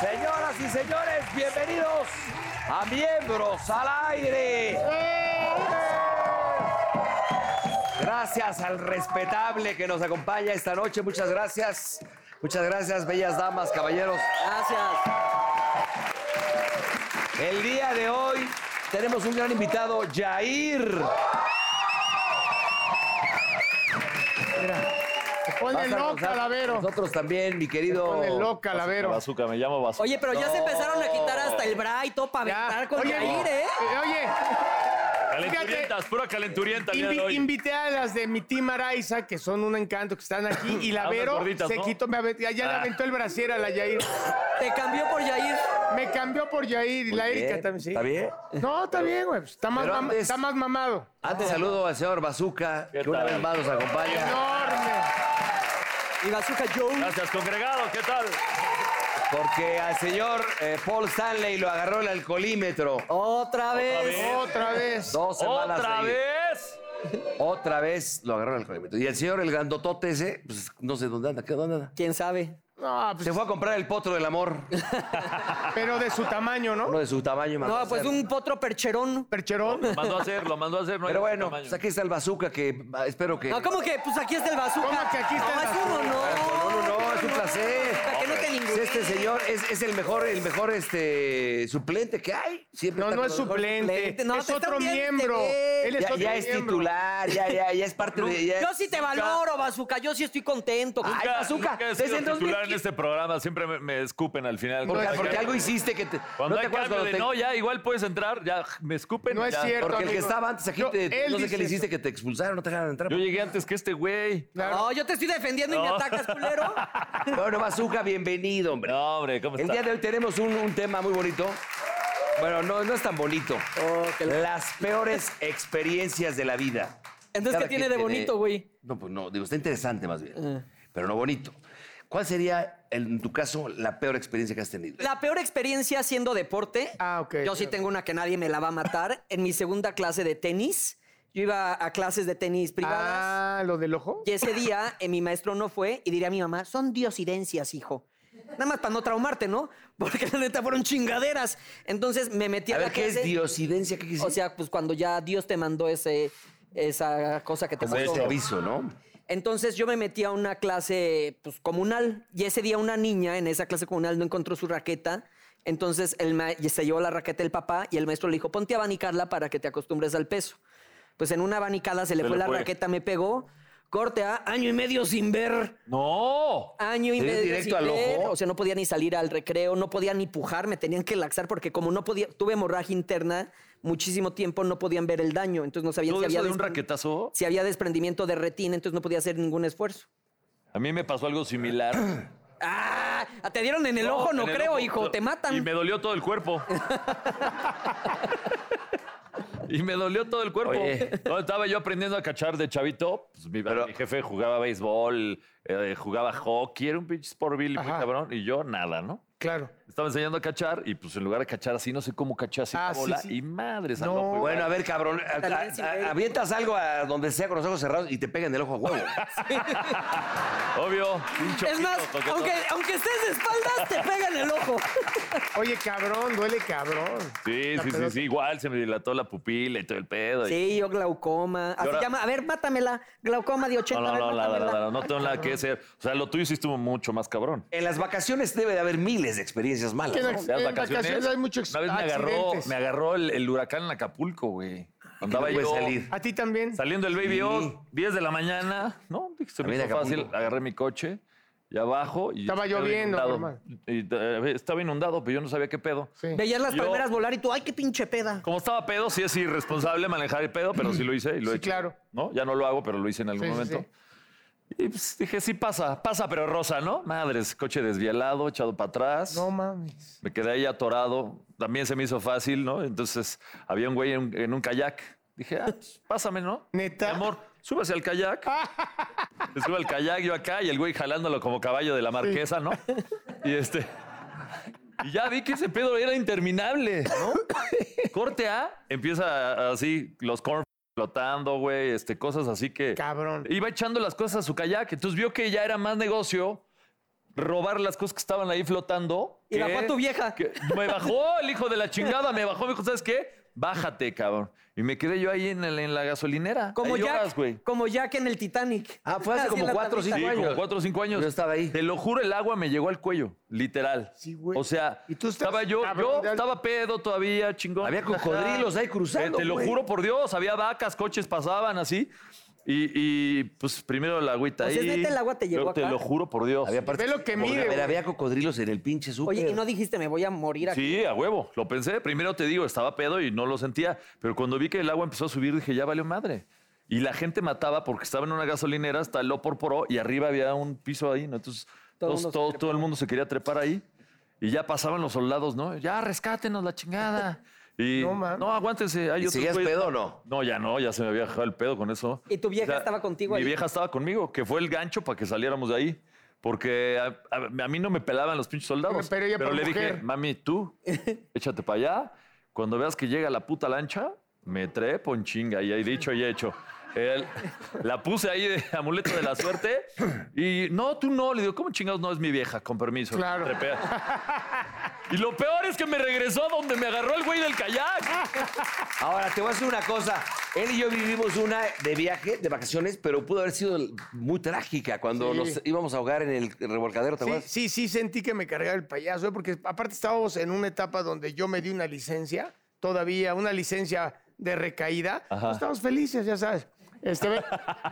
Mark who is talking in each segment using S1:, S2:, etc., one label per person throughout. S1: Señoras y señores, bienvenidos a Miembros al Aire. Gracias al respetable que nos acompaña esta noche. Muchas gracias. Muchas gracias, bellas damas, caballeros.
S2: Gracias.
S1: El día de hoy tenemos un gran invitado, Jair.
S3: Se pone loco, Calavero.
S1: Nosotros también, mi querido.
S3: Pone loco, Calavero.
S4: Bazooka, me llamo Bazooka.
S2: Oye, pero ya se empezaron a quitar hasta el bra y todo para aventar con
S3: Oye,
S2: Jair, ¿eh?
S3: eh, Oye,
S4: calenturientas, pura calenturienta el día de
S3: invi-
S4: hoy.
S3: invité a las de mi team Araiza, que son un encanto, que están aquí, y la
S4: Ah, unas
S3: Vero
S4: gorditas,
S3: se
S4: ¿no?
S3: quitó, me avent- ya, ya le
S4: Ah.
S3: aventó el brasier a la Yair.
S2: Te cambió por Jair.
S3: Me cambió por Yair y la Erika también, sí.
S1: ¿Está bien?
S3: No, está bien, güey. pues, Está más,
S1: Pero
S3: mam-
S1: antes-
S3: está más mamado.
S2: Ah.
S1: Antes Ah, saludo al señor Bazooka,
S4: ¿Qué
S1: que una
S4: tal?
S1: vez más nos acompaña.
S3: Enorme.
S2: Y Bazooka Joe.
S4: Gracias, congregado, ¿qué tal?
S1: Porque al señor eh, Paul Stanley lo agarró el alcoholímetro.
S2: Otra vez.
S4: vez.
S3: Otra vez.
S1: Dos semanas
S4: ¿Otra
S1: seguidas.
S4: vez?
S1: Otra vez lo agarró el alcoholímetro. Y el señor, el grandotote ese, pues no sé dónde anda, ¿qué dónde anda?
S2: ¿Quién sabe?
S3: No, pues,
S1: Se fue a comprar el potro del amor,
S3: pero de su tamaño,
S1: uno
S3: ¿no?
S1: de su tamaño. y mandó a
S2: No, pues
S1: hacer.
S2: un potro percherón.
S3: Percherón.
S4: Mandó a hacer, lo mandó a hacer. No hay
S1: Pero bueno,
S4: tamaño.
S1: pues aquí está el bazooka que ah, espero que...
S2: No, ¿cómo que? Pues aquí está el bazooka.
S3: ¿Cómo que aquí está
S2: no,
S3: el
S2: es uno, no.
S1: No, no, no, es un placer.
S2: Para que no te
S1: Pues
S2: ningún.
S1: Este señor es, es el mejor, el mejor este, suplente que hay. Siempre
S3: No,
S1: está
S3: no es
S1: con-
S3: suplente.
S2: Suplente. No,
S3: es
S2: te
S3: otro
S2: están bien,
S3: miembro.
S2: te ves.
S3: Él es
S1: Ya,
S3: otro
S1: ya es
S3: miembro.
S1: titular, ya, ya, ya es parte de... ya-
S2: Yo sí te valoro, Bazooka. Yo sí estoy contento.
S1: Ay,
S4: Nunca-
S1: Bazooka,
S4: nunca he
S1: desde
S4: sido
S1: el
S4: titular en
S1: 2015.
S4: este programa, siempre me, me escupen al final.
S1: Porque,
S4: Cuando
S1: porque
S4: hay-
S1: algo hiciste que te... ¿No
S4: Cuando
S1: te
S4: hay
S1: acuerdas
S4: cambio
S1: cuando
S4: de
S1: te-
S4: no, ya igual puedes entrar, ya me escupen.
S3: No es
S4: ya.
S3: cierto.
S1: Porque el que
S3: amigo.
S1: estaba antes aquí,
S3: Yo-
S1: te,
S3: él
S1: no sé qué
S3: dice
S1: le hiciste
S3: eso.
S1: que te expulsaron, no te dejaron entrar.
S4: Yo llegué antes que este güey.
S3: Claro.
S2: No, yo te estoy defendiendo y me
S4: No.
S2: atacas, culero.
S1: Bueno, Bazooka, bienvenido, hombre.
S4: No, hombre, ¿cómo
S1: El
S4: está?
S1: día de hoy tenemos un, un tema muy bonito. Bueno, no, no es tan bonito. Las peores experiencias de la vida.
S2: Entonces,
S1: Cada
S2: ¿qué tiene
S1: quien
S2: de bonito, güey? Eh.
S1: No, pues no, digo, está interesante más bien, pero no bonito. ¿Cuál sería, en tu caso, la peor experiencia que has tenido?
S2: La peor experiencia haciendo deporte.
S3: Ah, ok.
S2: Yo sí tengo una que nadie me la va a matar. En mi segunda clase de tenis, yo iba a clases de tenis privadas.
S3: Ah, lo del ojo.
S2: Y ese día eh, mi maestro no fue y diría a mi mamá, son diosidencias, hijo. Nada más para no traumarte, ¿no? Porque la neta fueron chingaderas. Entonces me metí a,
S1: A
S2: la
S1: ver, ¿qué es
S2: clase.
S1: diosidencia? ¿Qué
S2: O sea, pues cuando ya Dios te mandó ese, esa cosa que te
S1: como
S2: pasó.
S1: este aviso, ¿no?
S2: Entonces yo me metí a una clase pues, comunal y ese día una niña en esa clase comunal no encontró su raqueta. Entonces el ma- y se llevó la raqueta el papá y el maestro le dijo, ponte a abanicarla para que te acostumbres al peso. Pues en una abanicada se le
S4: Se
S2: fue
S4: le
S2: la
S4: fue.
S2: raqueta, me pegó, corte a año y medio sin ver.
S4: No.
S2: Año y
S1: ¿Te dio
S2: medio
S1: directo
S2: sin
S1: al
S2: ver,
S1: ojo?
S2: O sea, no podía ni salir al recreo, no podía ni pujar, me tenían que laxar porque como no podía, tuve hemorragia interna muchísimo tiempo, no podían ver el daño. Entonces no sabían
S4: ¿Todo
S2: si había,
S4: eso de un
S2: despre-
S4: raquetazo?
S2: si había desprendimiento de retina, entonces no podía hacer ningún esfuerzo.
S4: A mí me pasó algo similar.
S2: Ah, te dieron en el ojo,
S4: en
S2: no
S4: el
S2: creo,
S4: ojo.
S2: hijo, te matan.
S4: Y me dolió todo el cuerpo. y me dolió todo el cuerpo.
S1: Oye.
S4: No, estaba yo aprendiendo a cachar de chavito. Pues, mi,
S1: Pero-
S4: mi jefe jugaba béisbol, eh, jugaba hockey, era un pinche sport bill, muy
S3: Ajá.
S4: cabrón. Y yo nada, ¿no?
S3: Claro.
S4: Estaba enseñando a cachar y pues en lugar de cachar así, no sé cómo caché así
S3: Ah,
S4: la
S3: sí,
S4: bola.
S3: sí.
S4: Y madre,
S3: No.
S1: Bueno, a ver, cabrón, a-
S2: También
S1: a-
S2: sin
S1: a-
S2: ver.
S1: avientas algo a donde sea con los ojos cerrados y te pegan el ojo a huevo.
S4: obvio.
S2: es más, aunque, aunque estés de espaldas, te pegan el ojo.
S3: Oye, cabrón, duele cabrón.
S4: Sí,
S3: La
S4: sí, sí,
S3: pelota.
S4: sí, igual se me dilató la pupila y todo el pedo. y-
S2: Sí, yo glaucoma. Así
S4: ahora-
S2: llama, a ver, mátamela. Glaucoma de 80.
S4: No,
S2: a
S4: no,
S2: ver,
S4: no, nada,
S2: mátamela.
S4: nada, no tengo nada que hacer. O sea, lo tuyo sí estuvo mucho más cabrón.
S1: En las vacaciones debe de haber miles de experiencias malas.
S3: ¿Qué
S1: ¿no?
S3: ex-
S4: Las
S3: En vacaciones hay muchos
S4: Una vez me agarró,
S3: accidentes.
S4: me agarró el, el huracán en Acapulco, güey. Andaba
S1: no
S4: yo
S1: puede salir.
S3: A ti también.
S4: saliendo del Baby
S1: Sí.
S4: O, 10 de la mañana, ¿no? Dije, Se me
S1: También
S4: hizo
S1: Acapulco.
S4: fácil, agarré mi coche y abajo. Y
S3: Estaba
S4: estaba
S3: lloviendo,
S4: inundado.
S3: normal.
S4: Y, eh, estaba inundado, pero yo no sabía qué pedo.
S3: Sí.
S2: Veías las
S4: Yo-
S2: palmeras volar y tú, ay, qué pinche peda.
S4: Como estaba pedo, sí es irresponsable manejar el pedo, pero sí lo hice y lo
S3: Sí,
S4: he hecho,
S3: claro.
S4: ¿No? Ya no lo hago, pero lo hice en algún
S3: Sí, sí,
S4: momento. Y pues, dije, sí pasa, pasa, pero rosa, ¿no? Madres, coche desvialado, echado para atrás.
S3: No mames.
S4: Me quedé ahí atorado. También se me hizo fácil, ¿no? Entonces había un güey en, en un kayak. Dije, ah, pues, pásame, ¿no?
S3: Neta.
S4: Mi amor, súbase al kayak. Se sube al kayak, yo acá, y el güey jalándolo como caballo de la marquesa, ¿no? Y este. Y ya vi que ese pedo era interminable, ¿no? Corte A, empieza así, los corn flotando, güey, este, cosas así que
S3: Cabrón.
S4: iba echando las cosas a su kayak. Entonces vio que ya era más negocio robar las cosas que estaban ahí flotando.
S2: Y bajó
S4: que-
S2: a tu vieja.
S4: que- me bajó el hijo de la chingada, me bajó, me dijo, ¿sabes qué? Bájate, cabrón. Y me quedé yo ahí en, el- en la gasolinera.
S2: Como
S4: ahí
S2: Jack,
S4: horas, güey.
S2: como Jack en el Titanic.
S1: Ah, fue hace
S2: Así en
S1: como
S2: la
S1: cuatro o
S2: tablita.
S1: cinco
S4: Sí,
S1: años.
S4: como cuatro o cinco años.
S1: Yo estaba ahí.
S4: Te lo juro, el agua me llegó al cuello, literal.
S3: Sí, güey.
S4: O sea,
S3: Y tú estás
S4: estaba yo,
S3: cabrón
S4: yo
S3: de-
S4: estaba pedo todavía, chingón.
S1: Había cocodrilos ahí cruzando,
S4: Eh, te lo
S1: güey.
S4: juro por Dios, había vacas, coches pasaban así. Y, y, pues primero la agüita
S2: O sea,
S4: ahí.
S2: neta, el agua te llegó
S4: Yo Te
S2: acá.
S4: lo juro por Dios.
S1: Había partes-
S3: Ve lo que
S1: como-
S3: mide,
S1: a ver,
S3: güey.
S1: había cocodrilos en el pinche súper.
S2: Oye, y no dijiste, me voy a morir aquí.
S4: Sí, a huevo. Lo pensé. Primero te digo, estaba pedo y no lo sentía. Pero cuando vi que el agua empezó a subir, dije, ya valió madre. Y la gente mataba porque estaba en una gasolinera hasta el por poró y arriba había un piso ahí, ¿no? Entonces,
S2: Todo
S4: todos-
S2: el mundo se
S4: todo,
S2: trepaba.
S4: todo el mundo se quería trepar ahí. Y ya pasaban los soldados, ¿no? Ya, rescátenos la chingada. Y
S3: No,
S4: no,
S3: mames.
S4: aguántense. Hay
S1: ¿Y
S4: otros
S1: seguías
S4: güeyes".
S1: pedo o no?
S4: No, ya no, ya se me había dejado el pedo con eso.
S2: ¿Y tu vieja estaba contigo
S4: Mi
S2: ahí?
S4: vieja estaba conmigo, que fue el gancho para que saliéramos de ahí. Porque a, a- a mí no me pelaban los pinches soldados.
S3: Pero ella por
S4: le
S3: mujer.
S4: dije, mami, tú, échate para allá. Cuando veas que llega la puta lancha, me trepo en chinga. Y ahí dicho y hecho. Él- la puse ahí de amuleto de la suerte. Y no, tú no. Le digo, ¿cómo chingados no es mi vieja? Con permiso.
S3: Claro.
S4: Trepea. Y lo peor es que me regresó a donde me agarró el güey del kayak.
S1: Ahora, te voy a decir una cosa. Él y yo vivimos una de viaje, de vacaciones, pero pudo haber sido muy trágica cuando
S3: Sí.
S1: nos íbamos a ahogar en el revolcadero, ¿te
S3: Sí,
S1: acuerdas?
S3: sí, sí, sentí que me cargaba el payaso, ¿eh? porque aparte estábamos en una etapa donde yo me di una licencia, todavía una licencia de recaída. Pues,
S4: Ajá.
S3: Estamos felices, ya sabes. Este, ve-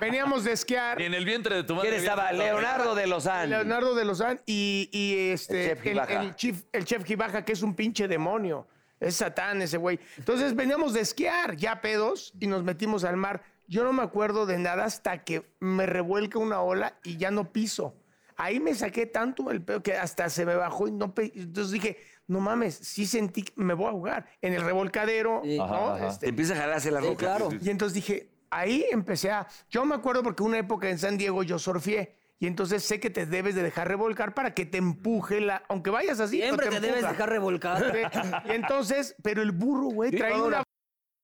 S3: veníamos de esquiar.
S4: Y en el vientre de tu madre.
S1: ¿Quién
S4: había
S1: estaba?
S4: estado-
S1: Leonardo de Lozán.
S3: Leonardo de Lozán y, y, este,
S1: El chef Gibaja.
S3: el chef, el chef Gibaja, que es un pinche demonio. Es Satán ese güey. Entonces veníamos de esquiar, ya pedos, y nos metimos al mar. Yo no me acuerdo de nada hasta que me revuelca una ola y ya no piso. Ahí me saqué tanto el pedo que hasta se me bajó y no pe- Entonces dije, no mames, sí sentí que me voy a ahogar en el revolcadero.
S2: Sí.
S3: ¿no?
S4: Ajá, ajá.
S1: Te
S3: Este,
S1: empieza a jalarse la
S2: Sí,
S1: roca.
S2: claro.
S3: y entonces dije, ahí empecé a... Yo me acuerdo porque una época en San Diego yo surfeé. Y entonces sé que te debes de dejar revolcar para que te empuje la... Aunque vayas así, pero
S2: Siempre te debes
S3: empuja.
S2: dejar revolcar.
S3: Sí. Y entonces, pero el burro, güey, traía
S1: toda
S3: una...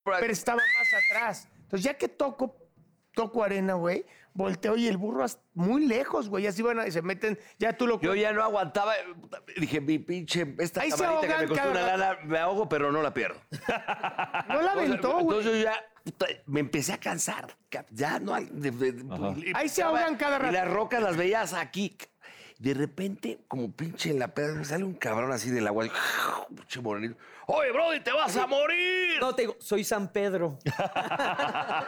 S1: una-
S3: Pero estaba más atrás. Entonces ya que toco, toco arena, güey, volteo y el burro hasta muy lejos, güey. Así van a- y se meten... Ya tú lo...
S1: Yo ya no aguantaba. Dije, mi pinche, esta
S3: Ahí se
S1: camarita que me
S3: ahogan
S1: costó una
S3: cada
S1: lana, me ahogo, pero no la pierdo.
S3: no la aventó, güey.
S1: Entonces yo ya puta, me empecé a cansar. ca- Ya no hay. de- de- y-
S3: Ahí se
S1: estaba-
S3: ahogan cada rato.
S1: Y las rocas las veías aquí. De repente, como pinche en la pedra, me sale un cabrón así del agua. así, Pinche morenito. Oye, Brody, te vas a morir.
S2: No, te digo, soy San Pedro.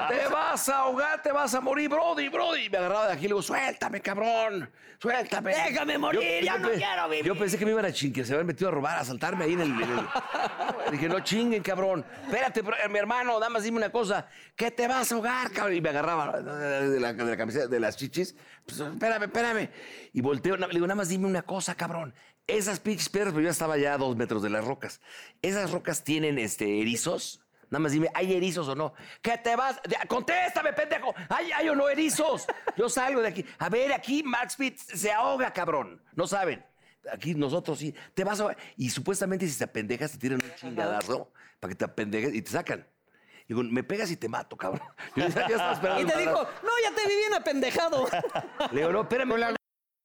S1: Te vas a ahogar, te vas a morir, Brody, Brody. Y Me agarraba de aquí y le digo, suéltame, cabrón. Suéltame.
S2: Déjame morir, yo no
S1: pe-
S2: quiero vivir.
S1: Yo pensé que me iban a chingar, se habían metido a robar, a saltarme ahí en el. en el- Dije, no chinguen, cabrón. Espérate, bro- eh, mi hermano, dame dime una cosa. ¿Qué te vas a ahogar, cabrón? Y me agarraba eh, de la, de la camiseta, de las chichis. Pues, espérame, espérame. Y volteo, na- le digo, nada más dime una cosa, cabrón. Esas pinches piedras, pero yo estaba ya a dos metros de las rocas. Esas rocas tienen este, erizos. Nada más dime, ¿hay erizos o no? ¿Qué te vas? Ya, Contéstame, pendejo. ¿Hay, hay o no erizos? Yo salgo de aquí. A ver, aquí Max Pitt se ahoga, cabrón. No saben. Aquí nosotros sí. Te vas a... Y supuestamente si te apendejas te tiran un chingadazo para que te apendejes y te sacan. Digo, me pegas y te mato, cabrón. Yo ya, ya estaba esperando.
S2: Y
S1: el
S2: te dijo,
S1: madrazo.
S2: no, ya te vi bien apendejado.
S1: Le digo, no, espérame.
S3: Con la-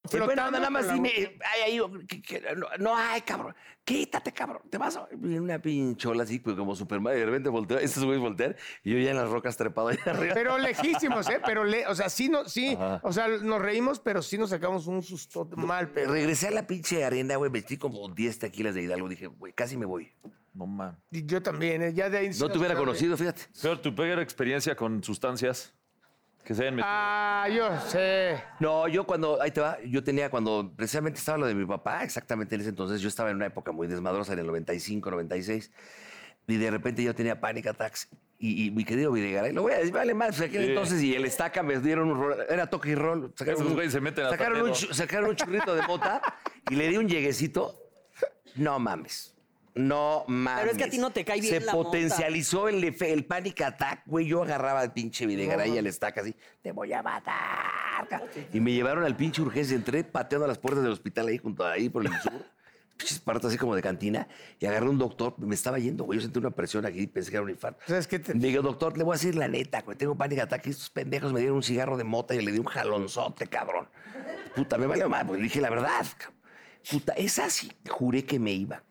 S1: Sí, bueno,
S3: flotando
S1: anda, nada más
S3: con la
S1: dime, eh, ay, ay, oh, que- que- no, no hay, cabrón. Quítate, cabrón. Te vas a. y Una pinchola así, pues, como Superman. Y de repente volteo, estos güeyes voltean. Y yo ya en las rocas trepado ahí arriba.
S3: Pero lejísimos, ¿eh? Pero, le, o sea, sí, no, sí,
S4: Ajá.
S3: o sea, nos reímos, pero sí nos sacamos un susto mal, pero...
S1: Regresé a la pinche arena, güey. Metí como 10 tequilas de Hidalgo. Dije, güey, casi me voy.
S4: No mames.
S3: Y Yo también, ¿eh? ya de ahí... sí
S1: No
S3: nos
S1: te hubiera
S3: agarré.
S1: conocido, fíjate.
S4: Peor, tu peor experiencia con sustancias que se hayan metido.
S3: Ah, yo sé.
S1: No, yo cuando, ahí te va, yo tenía cuando precisamente estaba lo de mi papá, exactamente en ese entonces, yo estaba en una época muy desmadrosa, en el 95, 96, y de repente yo tenía panic attacks. Y, y mi querido Videgaray, lo voy a decir, vale más, pues, aquel
S4: Sí.
S1: entonces y el estaca me dieron un rol, era toque y rol.
S4: Esos
S1: un-
S4: güeyes se meten hasta
S1: sacaron un,
S4: pedo.
S1: chu- sacaron un churrito de mota y le di un lleguecito. No mames. No mames.
S2: Pero es que a ti no te cae bien
S1: Se
S2: la mota.
S1: potencializó el, efe- el panic attack, güey. Yo agarraba al pinche Videgaray y al estaca así. Te voy a matar. ca-". Y me llevaron al pinche urgencia. Entré pateando a las puertas del hospital ahí junto ahí por el sur. Pinches partes así como de cantina. Y agarré un doctor. Me estaba yendo, güey. Yo sentí una presión aquí. Pensé que era un infarto.
S3: ¿Sabes qué Pues te-
S1: Le digo, doctor, le voy a decir la neta, güey. Tengo pánico de ataque. Estos pendejos me dieron un cigarro de mota y le di un jalonzote, cabrón. Puta, me valió más, pues le dije la verdad. cabrón. Puta, esa sí, juré que me iba.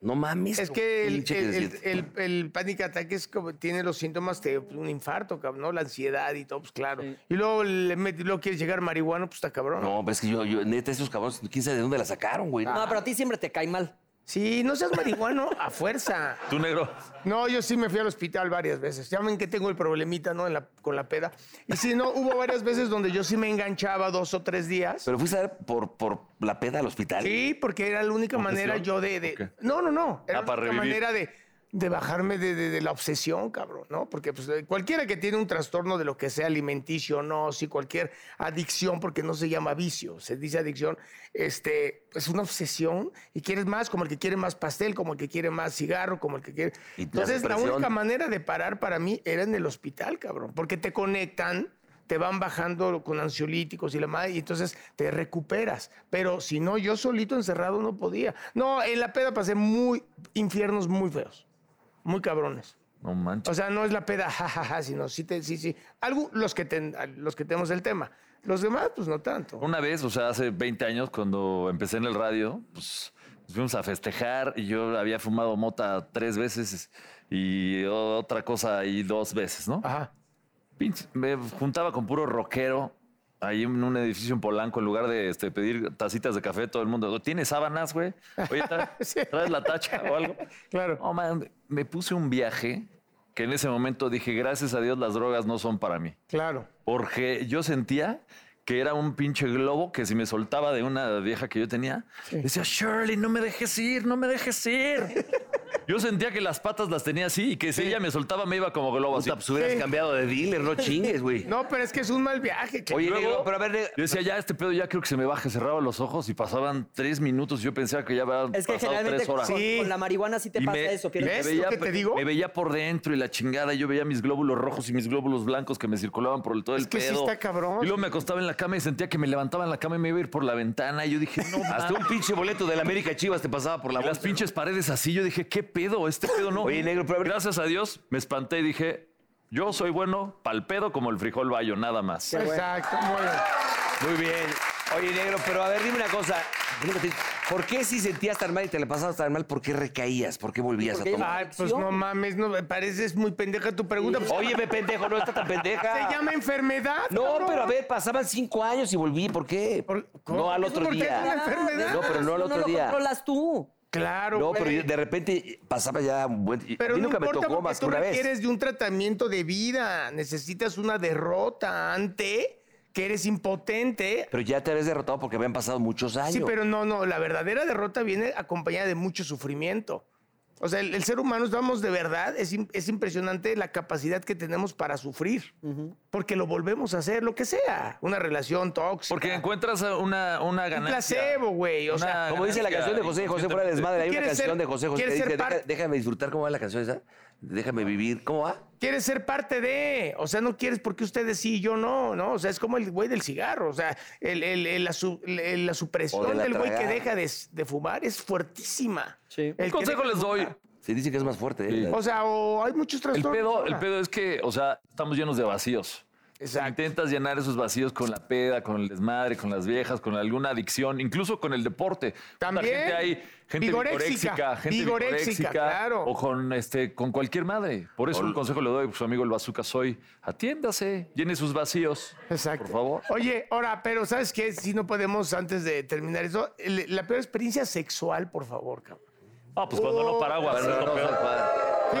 S1: No mames.
S3: Es
S1: cabrón.
S3: que el,
S1: Pinche
S3: el, el,
S1: desierto.
S3: el- el panic attack es como, tiene los síntomas de un infarto, cabrón, ¿no? La ansiedad y todo, pues claro. Y luego, le met- luego quieres llegar marihuano, pues está cabrón.
S1: No, pero es que yo, yo, neta, esos cabrones, quién sabe de dónde la sacaron, güey.
S3: Ah.
S2: No, pero a ti siempre te cae mal.
S3: Sí, no seas marihuano a fuerza.
S4: Tú, negro.
S3: No, yo sí me fui al hospital varias veces. Ya ven que tengo el problemita, ¿no? En la- con la peda. Y sí, no, hubo varias veces donde yo sí me enganchaba dos o tres días.
S1: Pero fuiste a ver por, por la peda al hospital.
S3: Sí, porque era la única manera
S4: ¿Obsesión?
S3: yo de. de-
S4: Ok.
S3: No, no, no. Era
S4: Ah, para
S3: la única
S4: revivir.
S3: manera de, de bajarme de, de- de la obsesión, cabrón, ¿no? Porque pues, eh, cualquiera que tiene un trastorno de lo que sea alimenticio o no, si cualquier adicción, porque no se llama vicio, se dice adicción, este, es una obsesión y quieres más, como el que quiere más pastel, como el que quiere más cigarro, como el que quiere.
S1: Y te hace
S3: Entonces, la
S1: presión.
S3: única manera de parar para mí era en el hospital, cabrón, porque te conectan, te van bajando con ansiolíticos y la madre, y entonces te recuperas. Pero si no, yo solito encerrado no podía. No, en la peda pasé muy infiernos muy feos, muy cabrones.
S4: No manches.
S3: O sea, no es la peda, jajaja, sino sí, te, sí, sí. Algo, los que, ten- los que tenemos el tema. Los demás, pues no tanto.
S4: Una vez, o sea, hace 20 años, cuando empecé en el radio, pues nos fuimos a festejar y yo había fumado mota tres veces y otra cosa ahí dos veces, ¿no?
S3: Ajá.
S4: Pinche- me juntaba con puro rockero ahí en un edificio en Polanco, en lugar de este, pedir tacitas de café, todo el mundo. ¿Tienes sábanas, güey? Oye, tra-
S3: Sí.
S4: ¿traes la tacha o algo?
S3: Claro.
S4: No, man, me puse un viaje que en ese momento dije, gracias a Dios las drogas no son para mí.
S3: Claro.
S4: Porque yo sentía que era un pinche globo que si me soltaba de una vieja que yo tenía, decía, Shirley, no me dejes ir, no me dejes ir. Yo sentía que las patas las tenía así y que si ella me soltaba me iba como globo así.
S1: Puta, pues hubieras
S3: Sí.
S1: cambiado de dealer, no chingues, güey.
S3: No, pero es que es un mal viaje. que-
S4: Oye,
S1: Luego-
S4: negro,
S1: pero a ver, negro-
S4: yo decía, ya este pedo ya creo que se me baje, cerraba los ojos y pasaban tres minutos y yo pensaba que ya habían
S2: Es que
S4: pasado
S2: generalmente
S4: tres
S2: con,
S4: horas.
S3: Sí.
S2: con la marihuana sí te
S4: Y
S2: pasa
S4: me-
S2: eso.
S4: y me
S2: pierdes-
S3: ¿Ves lo
S4: veía,
S3: que te digo?
S4: Me veía por dentro y la chingada. y Yo veía mis glóbulos rojos y mis glóbulos blancos que me circulaban por el- todo
S3: Es
S4: el
S3: que sí
S4: pedo.
S3: está cabrón.
S4: Y luego me acostaba en la cama y sentía que me levantaba en la cama y me iba a ir por la ventana. Y yo dije, no,
S1: Hasta un
S4: mames.
S1: pinche boleto del América Chivas te pasaba por la
S4: Y las
S1: bolsa.
S4: pinches paredes así. Yo dije, ¿qué pedo? Este pedo no.
S1: Oye, negro, pero a ver-
S4: Gracias a Dios me espanté y dije, yo soy bueno pal pedo como el frijol bayo, nada más.
S3: Exacto, muy bien.
S1: Muy bien. Oye, negro, pero a ver, dime una cosa. ¿Por qué si sentías tan mal y te la pasabas tan mal, por qué recaías? ¿Por qué volvías
S2: Porque
S1: a tomar?
S3: Ay, pues no mames, no, me pareces muy pendeja tu pregunta. Pues,
S1: Óyeme, pendejo, no está tan pendeja.
S3: Se llama enfermedad.
S1: Ah. No,
S3: cabrón.
S1: pero a ver, pasaban cinco años y volví. ¿Por qué?
S3: Por- ¿cómo?
S1: No al
S3: Eso
S1: otro
S3: porque es una
S1: día.
S3: enfermedad.
S1: No, pero no al
S2: Eso
S1: otro día.
S2: lo controlas tú.
S3: Claro,
S1: No, pero
S3: güey.
S1: yo de repente pasaba ya un buen...
S3: Pero
S1: a mí nunca
S3: no
S1: me
S3: importa
S1: tocó
S3: porque
S1: más que
S3: tú
S1: una vez.
S3: requieres de un tratamiento de vida. Necesitas una derrota ante que eres impotente.
S1: Pero ya te habías derrotado porque habían pasado muchos años.
S3: Sí, pero no, no. La verdadera derrota viene acompañada de mucho sufrimiento. O sea, el, el ser humano, estamos de verdad, es, im- es impresionante la capacidad que tenemos para sufrir. Porque lo volvemos a hacer, lo que sea. Una relación tóxica.
S4: Porque encuentras una, una
S3: un
S4: ganancia.
S3: placebo, güey. O
S4: Una
S3: sea,
S1: Como dice la
S4: ganancia
S1: canción de José José fuera de desmadre, hay una
S3: ¿Quieres
S1: canción
S3: ser-
S1: de José José que
S3: quieres
S1: dice,
S3: ser
S1: "Deja-
S3: parte-
S1: déjame disfrutar, ¿cómo va la canción esa? Déjame vivir, ¿cómo va?
S3: quieres ser parte de, o sea, no quieres porque ustedes sí y yo no, ¿no? O sea, es como el güey del cigarro, o sea, el- el- el- la, su- el- la supresión
S1: O de la
S3: del güey que
S1: tragada.
S3: deja de, s- de fumar es fuertísima.
S2: Sí.
S3: El
S4: ¿Qué
S3: que
S4: consejo
S3: deja-
S4: les doy?
S1: Se dice que es más fuerte. ¿eh?
S4: Sí.
S1: La-
S3: O sea, o hay muchos
S4: El
S3: trastornos.
S4: pedo, el
S3: ahora.
S4: pedo es que, o sea, estamos llenos de vacíos.
S3: Exacto.
S4: Intentas llenar esos vacíos con la peda, con el desmadre, con las viejas, con alguna adicción, incluso con el deporte.
S3: También.
S4: Gente hay gente
S3: Vigoréxica.
S4: vigoréxica, gente
S3: Vigoréxica,
S4: vigoréxica,
S3: claro.
S4: o con este con cualquier madre. Por eso un consejo le doy a su amigo el Bazooka soy, atiéndase, llene sus vacíos.
S3: Exacto.
S4: Por favor.
S3: Oye, ahora, pero ¿sabes qué? Si no podemos, antes de terminar eso, el- la peor experiencia sexual, por favor, cabrón.
S4: Ah, pues cuando no paraguas,
S1: No,
S4: es lo
S1: no,
S4: peor.
S1: no, no,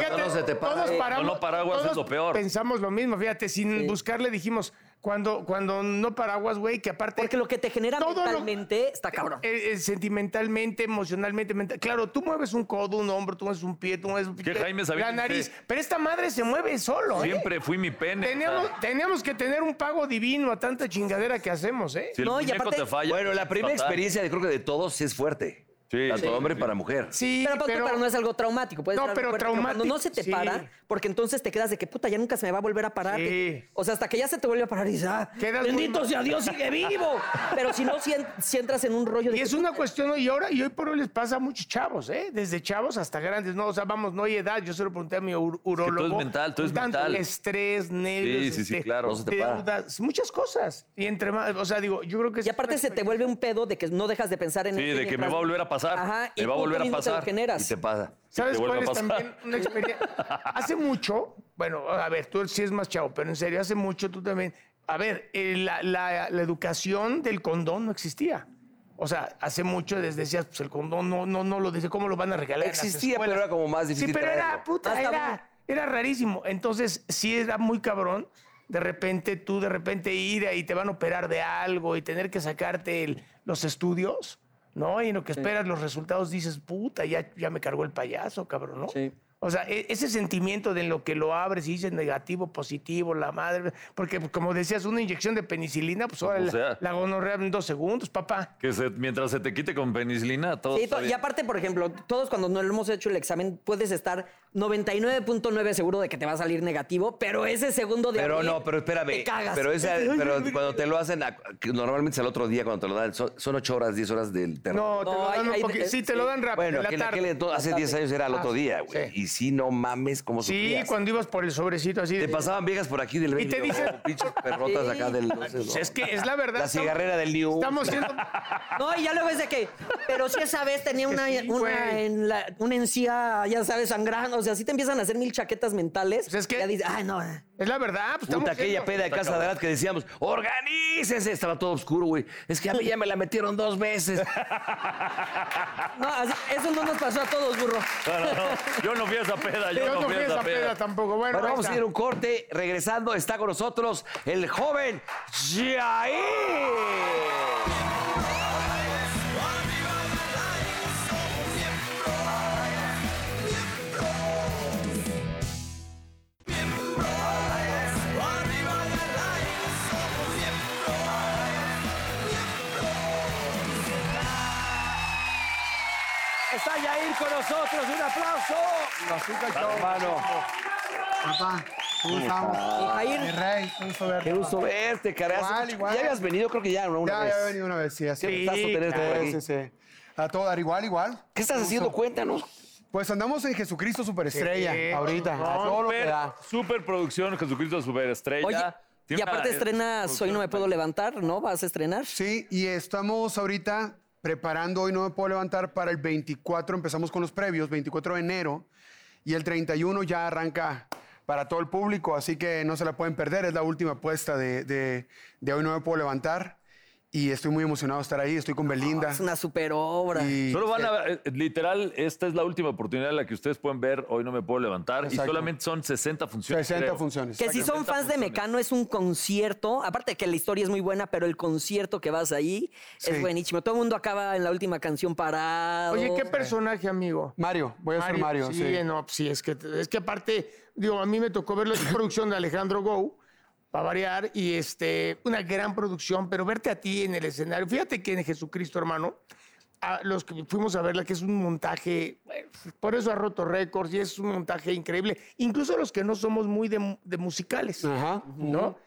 S3: Fíjate,
S1: no se te para.
S3: todos paramos.
S4: no paraguas
S3: todos
S4: es lo peor.
S3: Pensamos lo mismo, fíjate, sin buscarle dijimos, cuando, cuando no paraguas, güey, que aparte.
S2: Porque lo que te genera
S3: Todo lo-
S2: mentalmente está cabrón.
S3: Eh, eh, sentimentalmente, emocionalmente, mental- Claro, tú mueves un codo, un hombro, tú mueves un pie, tú mueves un
S4: Que Jaime Sabines
S3: la
S4: dice-
S3: nariz. Pero esta madre se mueve solo, ¿eh?
S4: Siempre ah. fui mi pene. o sea,
S3: Teníamos, teníamos que tener un pago divino a tanta chingadera que hacemos, ¿eh?
S4: si el
S2: No, y
S4: muñeco
S2: aparte-
S4: te falla. pues,
S1: Bueno, la primera
S4: fatal.
S1: experiencia de, creo que de todos sí es fuerte.
S4: Sí,
S1: Tanto
S4: sí,
S1: hombre
S4: sí.
S1: para mujer.
S3: Sí,
S2: pero, aparte,
S3: pero,
S2: pero no es algo traumático. puedes
S3: No,
S2: estar-
S3: pero
S2: Cuando no
S3: traumático,
S2: se te
S3: sí.
S2: para, porque entonces te quedas de que puta, ya nunca se me va a volver a parar.
S3: Sí.
S2: O sea, hasta que ya se te vuelve a parar y dices, ah,
S3: Quedas muy
S2: bendito
S3: mal.
S2: sea Dios, sigue vivo. Pero si no, si, en- si entras en un rollo de.
S3: Y es una cuestión, y ahora, y hoy por hoy les pasa a muchos chavos, ¿eh? Desde chavos hasta grandes, ¿no? O sea, vamos, no hay edad. Yo se lo pregunté a mi ur- urólogo.
S4: es mental, todo es
S3: tanto
S4: mental.
S3: estrés, nervios,
S4: sí, sí,
S3: este,
S4: claro, no se
S1: te para.
S3: deudas, muchas cosas. Y entre más, o sea, digo, yo creo que...
S2: Y aparte se te vuelve un pedo de que no dejas de pensar en
S4: Sí,
S2: eso
S4: de que me
S2: mientras-
S4: va a volver a pasar.
S2: Ajá,
S4: me
S2: y
S4: va a
S2: tú
S4: volver a
S2: mismo te lo
S4: pasar.
S2: generas.
S4: Y te pasa. Y
S3: ¿Sabes
S4: te
S3: cuál
S4: vuelve a
S3: es
S4: pasar.
S3: también una experiencia? Hace mucho, bueno, a ver, tú sí es más chavo, pero en serio, hace mucho tú también. A ver, eh, la, la- la educación del condón no existía. O sea, hace mucho desde decías, pues el condón no, no, no lo dice, ¿cómo lo van a regalar? en las
S1: Existía, pero
S3: escuelas?
S1: era como más difícil
S3: Sí, pero
S1: traerlo.
S3: era, puta,
S2: Más tabú.
S3: era, era rarísimo. Entonces, sí era muy cabrón. De repente, tú de repente ir y te van a operar de algo y tener que sacarte el- los estudios, ¿no? Y en lo que esperas los resultados dices, puta, ya, ya me cargó el payaso, cabrón, ¿no?
S2: Sí.
S3: O sea, e- ese sentimiento de en lo que lo abres y dices negativo, positivo, la madre. Porque, pues, como decías, una inyección de penicilina, pues ahora
S4: O
S3: la-
S4: sea.
S3: la gonorrea en dos segundos, papá.
S4: Que se- mientras se te quite con penicilina, todo.
S2: Sí,
S4: está
S2: to- y
S4: bien.
S2: aparte, por ejemplo, todos cuando no hemos hecho el examen, puedes estar 99.9 seguro de que te va a salir negativo, pero ese segundo de
S1: Pero
S2: abrir,
S1: no, pero espérame.
S2: Te cagas.
S1: Pero, esa- pero cuando te lo hacen, a- que normalmente es al otro día cuando te lo dan. Son, son ocho horas, diez horas del terror.
S3: No, te
S2: No,
S3: lo
S2: hay-
S3: dan un
S2: hay-
S3: poqui- Sí, te
S2: sí.
S3: lo dan rápido.
S1: bueno,
S3: en la
S1: aquel, aquel
S3: tarde. Ah,
S1: entonces, hace diez años era al otro día, güey.
S3: sí.
S1: Y si no mames, ¿cómo
S3: Sí,
S1: sufrías?
S3: cuando ibas por el sobrecito así.
S1: Te
S3: de-
S1: pasaban viejas por aquí del
S3: Y te
S1: baby,
S3: dicen-
S1: ¿no? pinches perrotas acá del... no sé,
S3: Pues
S1: ¿no?
S3: es que es la verdad.
S1: La
S3: estamos-
S1: cigarrera del New.
S3: Estamos siendo.
S2: No, y ya luego es de que, pero si esa vez tenía una,
S3: sí,
S2: una,
S3: güey.
S2: en la- una encía, ya sabes, sangrando. O sea, sí te empiezan a hacer mil chaquetas mentales.
S3: Pues es que-
S2: Ya dices, ay, no.
S3: Es la verdad. Pues estamos
S1: Puta, aquella
S3: siendo-
S1: peda de casa de edad que decíamos, organícese, estaba todo oscuro, güey. Es que a mí ya me la metieron dos veces.
S2: No, así- eso no nos pasó a todos, burro.
S4: No, no, no. Yo no fui a esa peda, yo,
S3: Yo no fui a esa peda tampoco. Bueno,
S1: Bueno,
S3: ahí
S1: vamos a
S3: está.
S1: ir a un corte. Regresando, está con nosotros el joven Jair. Está Jair con nosotros. Un aplauso. hermano.
S5: Papá, ¿cómo estamos? Mi
S2: Jair,
S5: rey, qué gusto verte.
S1: Qué gusto verte, caray. Hace
S5: Igual,
S1: mucho-
S5: igual.
S1: Ya habías venido, creo que ya ¿no? una
S5: Ya,
S1: vez.
S5: ya he venido una vez, sí, así
S1: Qué
S5: es.
S1: gustazo tenerte por
S5: Sí,
S1: aquí.
S5: sí, sí. A todo dar igual, igual.
S1: ¿Qué estás haciendo? Cuéntanos.
S5: Pues andamos en Jesucristo Superestrella
S3: Sí.
S5: ahorita, a todo lo que
S4: Super,
S5: da.
S4: producción, Jesucristo Superestrella.
S2: oye,
S4: Tiene
S2: y
S4: una,
S2: aparte
S4: eh,
S2: estrenas Hoy no me puedo levantar, ¿no? ¿Vas a estrenar?
S5: Sí, y estamos ahorita preparando, hoy no me puedo levantar, para el 24 empezamos con los previos, 24 de enero, y el 31 ya arranca para todo el público, así que no se la pueden perder, es la última apuesta de, de- de hoy no me puedo levantar, y estoy muy emocionado de estar ahí, estoy con Belinda.
S2: Es una super obra.
S5: y-
S4: Solo van a eh, literal, esta es la última oportunidad en la que ustedes pueden ver. Hoy no me puedo levantar. Y
S5: Exacto.
S4: solamente son 60 funciones.
S5: 60
S4: creo.
S5: funciones.
S2: Que si son fans de Mecano, es un concierto. Aparte de que la historia es muy buena, pero el concierto que vas ahí es
S5: Sí.
S2: buenísimo. Todo el mundo acaba en la última canción parado.
S3: Oye, ¿qué personaje, amigo?
S5: Mario, voy a ser Mario, sí.
S3: no, sí, es que, es que aparte, digo, a mí me tocó ver la producción de Alejandro Gou, para variar, y este, una gran producción, pero verte a ti en el escenario. Fíjate que en Jesucristo, hermano, a los que fuimos a verla, que es un montaje, bueno, por eso ha roto récords y es un montaje increíble, incluso los que no somos muy de, mu- de musicales.
S5: Ajá.
S3: ¿no?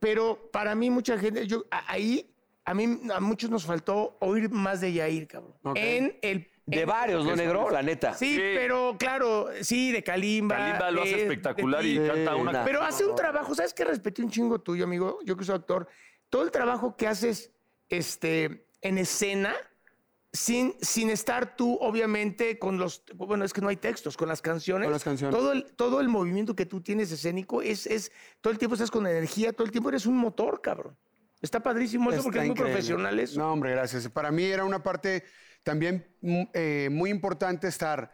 S3: Pero para mí mucha gente, yo a- ahí a mí a muchos nos faltó oír más de Yair, cabrón.
S5: Ok.
S3: En el
S1: De
S3: en-
S1: varios, lo negro, la neta.
S3: Sí,
S4: Sí.
S3: pero claro, sí, de Kalimba.
S4: Kalimba lo
S3: de-
S4: hace
S3: de
S4: espectacular y
S3: ti.
S4: canta una.
S3: Pero hace un trabajo, ¿sabes qué? Respeté un chingo tuyo, amigo, yo que soy actor. Todo el trabajo que haces este, en escena, sin, sin estar tú, obviamente, con los. Bueno, es que no hay textos, con las canciones.
S5: Con las canciones.
S3: Todo el, todo el movimiento que tú tienes escénico es, es. Todo el tiempo estás con energía, todo el tiempo eres un motor, cabrón. Está padrísimo eso
S5: Está
S3: porque es muy
S5: increíble.
S3: profesional eso.
S5: No, hombre, gracias. Para mí era una parte también mm, eh, muy importante estar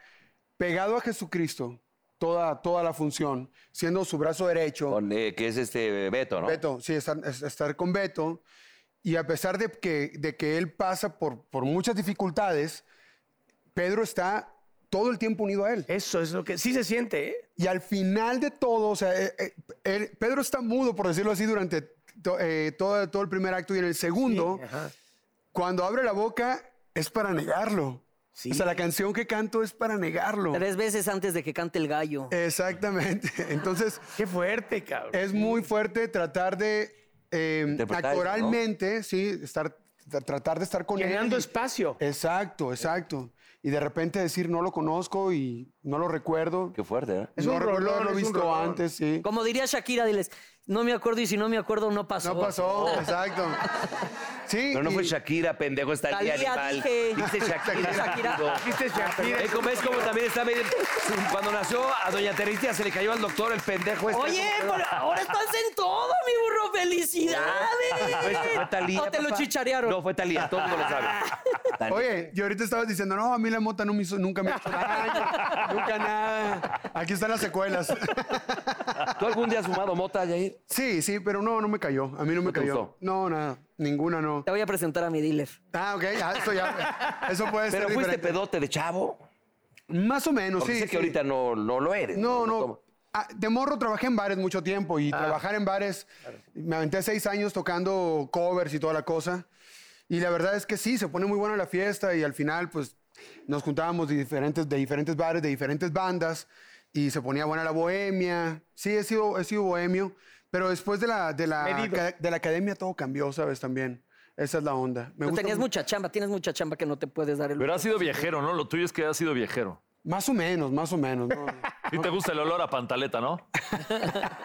S5: pegado a Jesucristo toda, toda la función, siendo su brazo derecho.
S1: Con, eh, que es este eh, Beto, ¿no?
S5: Beto, sí, estar, es- estar con Beto. Y a pesar de que, de que él pasa por, por muchas dificultades, Pedro está todo el tiempo unido a él.
S3: Eso es lo que. Sí se siente, ¿eh?
S5: Y al final de todo, o sea, eh, eh, él- Pedro está mudo, por decirlo así, durante to- eh, todo, todo el primer acto y en el segundo, cuando abre la boca es para negarlo. O sea, la canción que canto es para negarlo.
S2: Tres veces antes de que cante el gallo.
S5: Eh. Exactamente. Entonces,
S3: Qué fuerte, cabrón.
S5: es muy fuerte tratar de eh,
S1: Interpretar eso, ¿no?
S5: actoralmente, sí, estar, tra- tratar de estar con
S3: Llenando
S5: él.
S3: espacio.
S5: Exacto, exacto. Y de repente decir no lo conozco y no lo recuerdo.
S1: Qué fuerte, ¿eh?
S3: Es
S5: no
S3: un
S5: recuerdo
S3: rolón,
S5: haberlo
S3: es un
S5: visto
S3: rolón.
S5: antes, sí.
S2: Como diría Shakira, diles, no me acuerdo y si no me acuerdo, no pasó.
S5: No pasó, exacto. Sí.
S1: Oh. Pero no fue
S5: y-
S1: Shakira, pendejo, está el día
S2: Talía,
S1: animal.
S2: dije.
S1: Dice Shakira.
S2: Shakira.
S1: estúpido.
S3: Viste, Shakira.
S1: Es como, es como también está medio... Cuando nació a doña Teresita se le cayó al doctor el pendejo este.
S2: Oye, pero ahora estás en todo, mi burro.
S1: Fue, Este, fue
S2: ¡Felicidades!
S1: Talía,
S2: o te lo
S1: papá.
S2: chicharearon.
S1: No, fue Talía, todo el mundo lo sabe. Talía.
S5: Oye, y ahorita estabas diciendo, no, a mí la mota no me hizo, nunca me hizo daño, nunca nada. Aquí están las secuelas.
S1: ¿Tú algún día has fumado mota, Jair?
S5: Sí, sí, pero no, no me cayó. A mí no me
S1: ¿No te
S5: cayó.
S1: gustó?
S5: No, nada, ninguna no.
S2: Te voy a presentar a mi dealer.
S5: Ah, ok, ya, eso ya. Eso puede
S1: Pero
S5: ser
S1: fuiste
S5: diferente.
S1: pedote de chavo.
S5: Más o menos,
S1: Porque
S5: sí.
S1: sé
S5: sí.
S1: que ahorita no, no lo eres.
S5: No,
S1: tomas.
S5: no. Ah, de morro trabajé en bares mucho tiempo
S1: Ah.
S5: y trabajar en bares, me aventé seis años tocando covers y toda la cosa. Y la verdad es que sí, se pone muy buena la fiesta y al final pues nos juntábamos de diferentes, de diferentes bares, de diferentes bandas y se ponía buena la bohemia. Sí, he sido, he sido bohemio, pero después de la, de,
S3: Medido.
S5: la, de la academia todo cambió, ¿sabes? También. Esa es la onda. Me
S2: Pero
S5: gusta
S2: tenías
S5: mu-
S2: mucha chamba, tienes mucha chamba que no te puedes dar el
S4: Pero has sido viajero, ¿no? Lo tuyo es que has sido viajero.
S5: Más o menos, más o menos. ¿no?
S4: Y te gusta el olor a pantaleta, ¿no?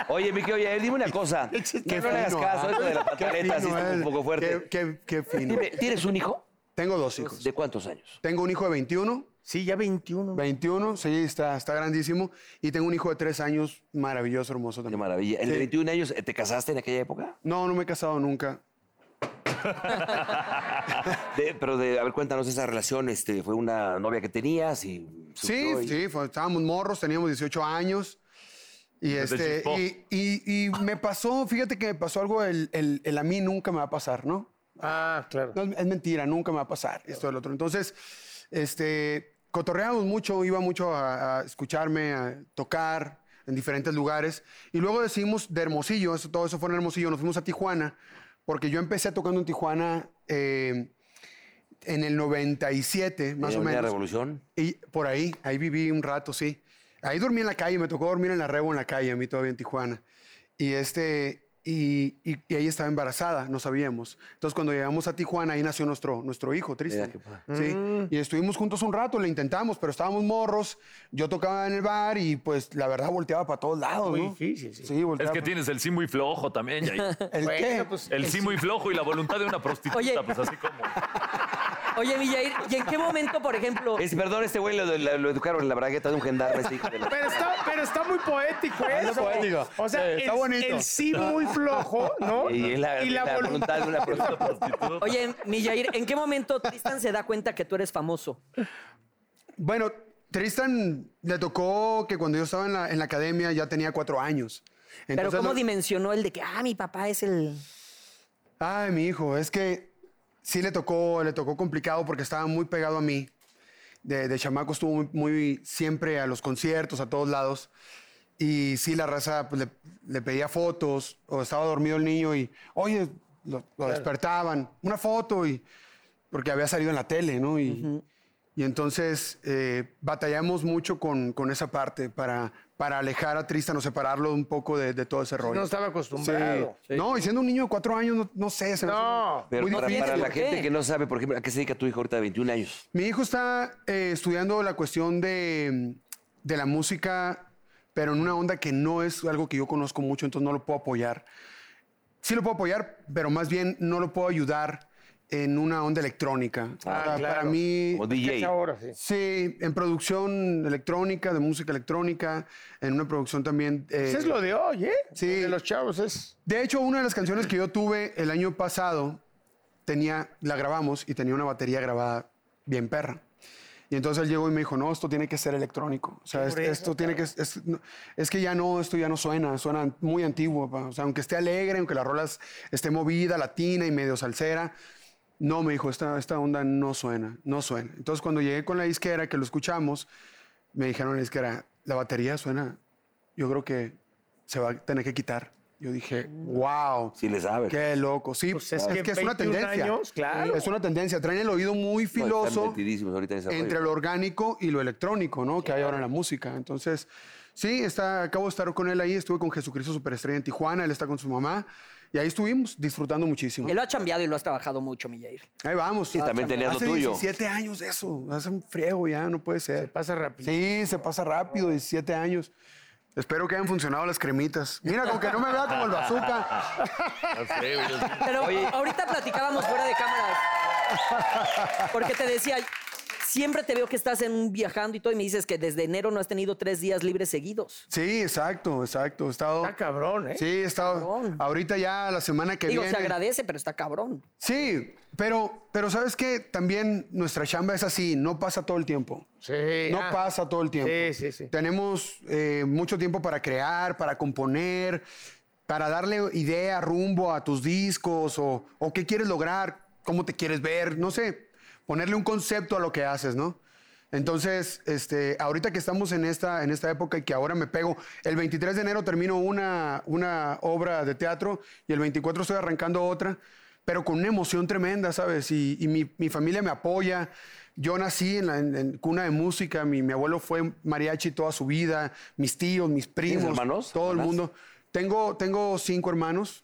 S1: Oye, mi querido Jair, dime una cosa. que no le hagas
S5: fino,
S1: caso,
S5: ah.
S1: esto de la pataleta sí
S5: Fino,
S1: está un
S5: eh.
S1: poco fuerte.
S5: Qué, qué- qué fino.
S1: Dime, ¿tienes un hijo?
S5: Tengo dos hijos.
S1: ¿De cuántos años?
S5: Tengo un hijo de 21,
S3: Sí, ya 21.
S5: 21, sí, está, está grandísimo. Y tengo un hijo de 3 años, maravilloso, hermoso
S1: Qué
S5: también.
S1: maravilla. ¿En
S5: Sí.
S1: 21 años eh, te casaste en aquella época?
S5: No, no me he casado nunca.
S1: De- pero, de, a ver, cuéntanos esa relación. Este, ¿Fue una novia que tenías? Y
S5: Sí,
S1: surgió y-
S5: sí, fue- estábamos morros, teníamos 18 años. Y,
S4: Se te
S5: este,
S4: chispó.
S5: y, y- y me pasó, fíjate que me pasó algo, el, el- el a mí nunca me va a pasar, ¿no?
S3: Ah, claro.
S5: No, es mentira, nunca me va a pasar esto del otro. Entonces, este, cotorreábamos mucho, iba mucho a, a escucharme, a tocar en diferentes lugares. Y luego decidimos de Hermosillo, eso, todo eso fue en Hermosillo, nos fuimos a Tijuana, porque yo empecé tocando en Tijuana eh, en el 97, más
S1: Eh,
S5: o
S1: una
S5: menos.
S1: revolución?
S5: Y por ahí, ahí viví un rato, sí. Ahí dormí en la calle, me tocó dormir en la rebo en la calle, a mí todavía en Tijuana. Y este, y, y- y ella estaba embarazada, no sabíamos. Entonces cuando llegamos a Tijuana, ahí nació nuestro, nuestro hijo,
S1: Mira
S5: Tristan.
S1: qué padre.
S5: Sí,
S3: Mm.
S5: y estuvimos juntos un rato, le intentamos, pero estábamos morros. Yo tocaba en el bar y pues la verdad volteaba para todos lados,
S3: Muy
S5: ¿no?
S3: difícil, sí.
S4: Es
S5: volteaba
S4: que
S5: pa-
S4: tienes el sí muy flojo también, Yair.
S5: ¿El
S3: Bueno,
S5: qué?
S3: pues,
S4: El sí muy flojo y la voluntad de una prostituta,
S2: Oye.
S4: pues así como.
S2: Oye, mi Jair, ¿y en qué momento, por ejemplo,
S1: Es- perdón, este güey lo, lo- lo educaron en la bragueta de un gendarme. este hijo de la-
S3: Pero está, pero está muy poético eso.
S5: Ah, poético.
S3: O sea,
S5: Sí, está
S3: el,
S5: bonito.
S3: el sí muy flojo, ¿no?
S1: Y es la, la
S3: volu-
S1: voluntad de una persona.
S2: oye, mi Jair, ¿en qué momento Tristan se da cuenta que tú eres famoso?
S5: Bueno, Tristan le tocó que cuando yo estaba en la, en la academia ya tenía cuatro años.
S2: Pero
S5: Entonces,
S2: ¿cómo
S5: lo-
S2: dimensionó el de que, ah, mi papá es el...
S5: Ay, mi hijo, es que sí le tocó, le tocó complicado porque estaba muy pegado a mí. De, de chamaco estuvo muy, muy siempre a los conciertos, a todos lados. Y sí, la raza pues, le, le pedía fotos o estaba dormido el niño y, oye, lo, lo despertaban, una foto y porque había salido en la tele, ¿no? Y, y entonces eh, batallamos mucho con, con esa parte para, para alejar a Tristan o separarlo un poco de, de todo ese rollo.
S3: No estaba acostumbrado.
S5: Sí. No, y siendo un niño de cuatro años, no, no sé. se me hace
S3: No.
S1: Pero
S5: muy
S1: para,
S5: difícil.
S1: para la
S2: ¿por qué?
S1: gente que no sabe, por ejemplo, ¿a qué se dedica tu hijo ahorita de 21 años?
S5: Mi hijo está eh, estudiando la cuestión de, de la música, pero en una onda que no es algo que yo conozco mucho, entonces no lo puedo apoyar. Sí lo puedo apoyar, pero más bien no lo puedo ayudar en una onda electrónica. O
S1: Ah,
S5: sea,
S3: claro.
S5: Para mí,
S1: Como
S3: ¿Qué es
S1: DJ.
S3: ahora, sí.
S5: sí, en producción electrónica, de música electrónica, en una producción también... eh,
S3: Eso es lo de hoy, ¿eh?
S5: Sí.
S3: Lo De los chavos es.
S5: de hecho, una de las canciones que yo tuve el año pasado, tenía, la grabamos y tenía una batería grabada bien perra. Y entonces él llegó y me dijo, no, esto tiene que ser electrónico. O sea, es- esto tiene que... Es, no- es que ya no, esto ya no suena, suena muy antiguo. pa". O sea, aunque esté alegre, aunque la rola es- esté movida, latina y medio salsera. No, me dijo, esta, esta onda no suena, no suena. Entonces cuando llegué con la disquera, que lo escuchamos, me dijeron en la disquera, la batería suena, yo creo que se va a tener que quitar. Yo dije, wow.
S1: Sí le sabe.
S5: Qué loco. Sí,
S3: Pues
S5: es,
S3: es
S5: que,
S3: que
S5: es una
S3: 21
S5: tendencia.
S3: años, claro.
S5: Es una tendencia. Traen el oído muy
S1: No,
S5: filoso
S1: están metidísimos ahorita en ese rollo.
S5: entre lo orgánico y lo electrónico, ¿no? Que hay ahora en la música. Entonces, sí, está, acabo de estar con él ahí. Estuve con Jesucristo Superestrella en Tijuana. Él está con su mamá. Y ahí estuvimos disfrutando muchísimo.
S2: Y lo ha chambeado y lo has trabajado mucho, mi Jair.
S5: Ahí vamos.
S1: Sí, también tenías lo
S5: Hace
S1: tuyo.
S5: 17 años de eso. Hace un friego ya, no puede ser.
S3: Pasa rápido.
S5: Sí, se pasa rápido, 17 años. Espero que hayan funcionado las cremitas. Mira, con que no me vea como el bazooka.
S2: Pero ahorita platicábamos fuera de cámaras. Porque te decía, siempre te veo que estás en un viajando y todo, y me dices que desde enero no has tenido tres días libres seguidos.
S5: Sí, exacto, exacto. He estado.
S3: Está cabrón, ¿eh?
S5: Sí, he estado.
S2: Cabrón.
S5: Ahorita ya la semana que
S2: Digo, se
S5: viene.
S2: agradece, pero está cabrón.
S5: sí, pero, pero sabes que también nuestra chamba es así, no pasa todo el tiempo.
S3: Sí,
S5: No
S3: ah.
S5: pasa todo el tiempo.
S3: Sí, sí, sí.
S5: Tenemos eh, mucho tiempo para crear, para componer, para darle idea, rumbo a tus discos o, o qué quieres lograr, cómo te quieres ver, no sé, ponerle un concepto a lo que haces, ¿no? Entonces, este, ahorita que estamos en esta, en esta época y que ahora me pego, el 23 de enero termino una, una obra de teatro y el 24 estoy arrancando otra, pero con una emoción tremenda, ¿sabes? Y, y mi, mi familia me apoya. Yo nací en, la, en- en cuna de música, mi, mi abuelo fue mariachi toda su vida, mis tíos, mis primos,
S1: hermanos?
S5: todo el
S1: ¿Hermanas?
S5: mundo. Tengo, tengo cinco hermanos.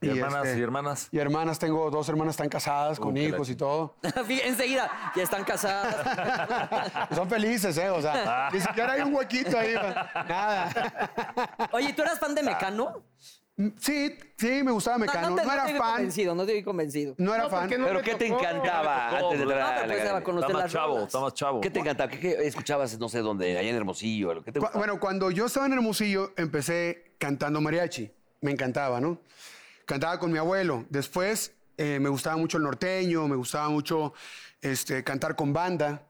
S4: Y hermanas
S5: este,
S4: y hermanas.
S5: y hermanas, tengo dos hermanas, están casadas con
S4: que la
S5: hijos y todo.
S2: Fí- Enseguida, ya están casadas.
S5: Son felices, ¿eh? O sea,
S4: Ah.
S5: ni siquiera hay un huequito ahí. pa- Nada.
S2: Oye, ¿tú eras fan de Mecano?
S5: Sí, sí, me gustaba
S2: No,
S5: Mecano. No,
S2: te,
S5: era
S2: te vi
S5: fan.
S2: convencido, no te vi convencido.
S5: No era
S3: No,
S5: fan.
S3: porque no
S1: ¿Pero
S3: me
S1: qué te
S3: tocó.
S1: encantaba
S4: No me
S1: antes de entrar
S2: tocó.
S1: a la
S2: No, pero pues
S1: academia?
S2: daba con-
S4: Está
S2: conocer
S4: más
S2: las
S4: chavo,
S2: rolas.
S4: está más chavo.
S1: ¿Qué te encantaba? ¿Qué, qué escuchabas, no sé dónde, allá en Hermosillo? algo? ¿Qué te
S5: Cu-
S1: gustaba?
S5: Bueno, cuando yo estaba en Hermosillo, empecé cantando mariachi. Me encantaba, ¿no? Cantaba con mi abuelo. Después eh, me gustaba mucho el norteño, me gustaba mucho este, cantar con banda.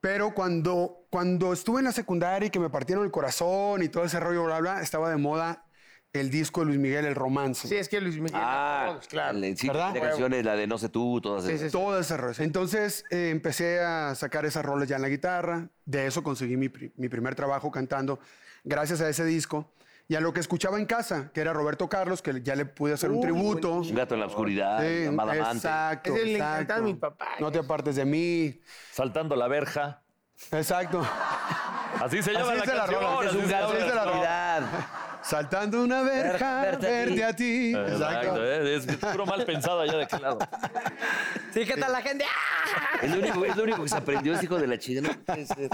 S5: Pero cuando, cuando estuve en la secundaria y que me partieron el corazón y todo ese rollo, bla, bla, estaba de moda el disco de Luis Miguel, El Romance.
S3: Sí, es que Luis Miguel. a
S1: Ah,
S3: todos, claro.
S1: el- sí,
S5: ¿Verdad?
S1: de canciones, la de No sé tú, todas
S3: Sí,
S1: esas.
S3: sí, sí.
S5: Todas esas rolas. Entonces eh, empecé a sacar esas rolas ya en la guitarra. De eso conseguí mi, pri- mi primer trabajo cantando, gracias a ese disco. Y a lo que escuchaba en casa, que era Roberto Carlos, que ya le pude hacer un tributo.
S1: Un gato en la oscuridad,
S5: Sí,
S1: Amada Amante.
S5: exacto.
S3: Ese le
S5: exacto.
S3: encantaba a mi papá.
S5: No te apartes de mí.
S4: Saltando la verja.
S5: Exacto.
S4: Así se llama
S5: Así
S4: la
S5: dice la
S4: canción.
S5: rola,
S1: Es
S4: así
S1: un
S4: se
S1: gato
S4: llama
S1: en la
S5: así se la
S4: canción.
S1: oscuridad.
S5: Saltando una verja,
S2: verte
S5: verte,
S2: a ti.
S5: a ti.
S4: Exacto,
S5: Exacto.
S4: ¿eh? es puro mal pensado allá de qué lado.
S2: Sí, ¿qué tal la gente? ¡Ah!
S1: Es lo único, es lo único que se aprendió ese hijo de la chida. No puede ser.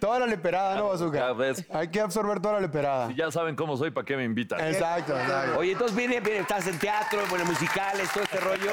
S5: Toda la leperada, ¿no, Bazooka?
S4: ya ves.
S5: Hay que absorber toda la leperada.
S4: Y ya saben cómo soy, ¿para qué me invitan?
S5: Exacto, exacto.
S1: Oye, entonces viene, viene, estás en teatro, bueno, musicales, todo este rollo.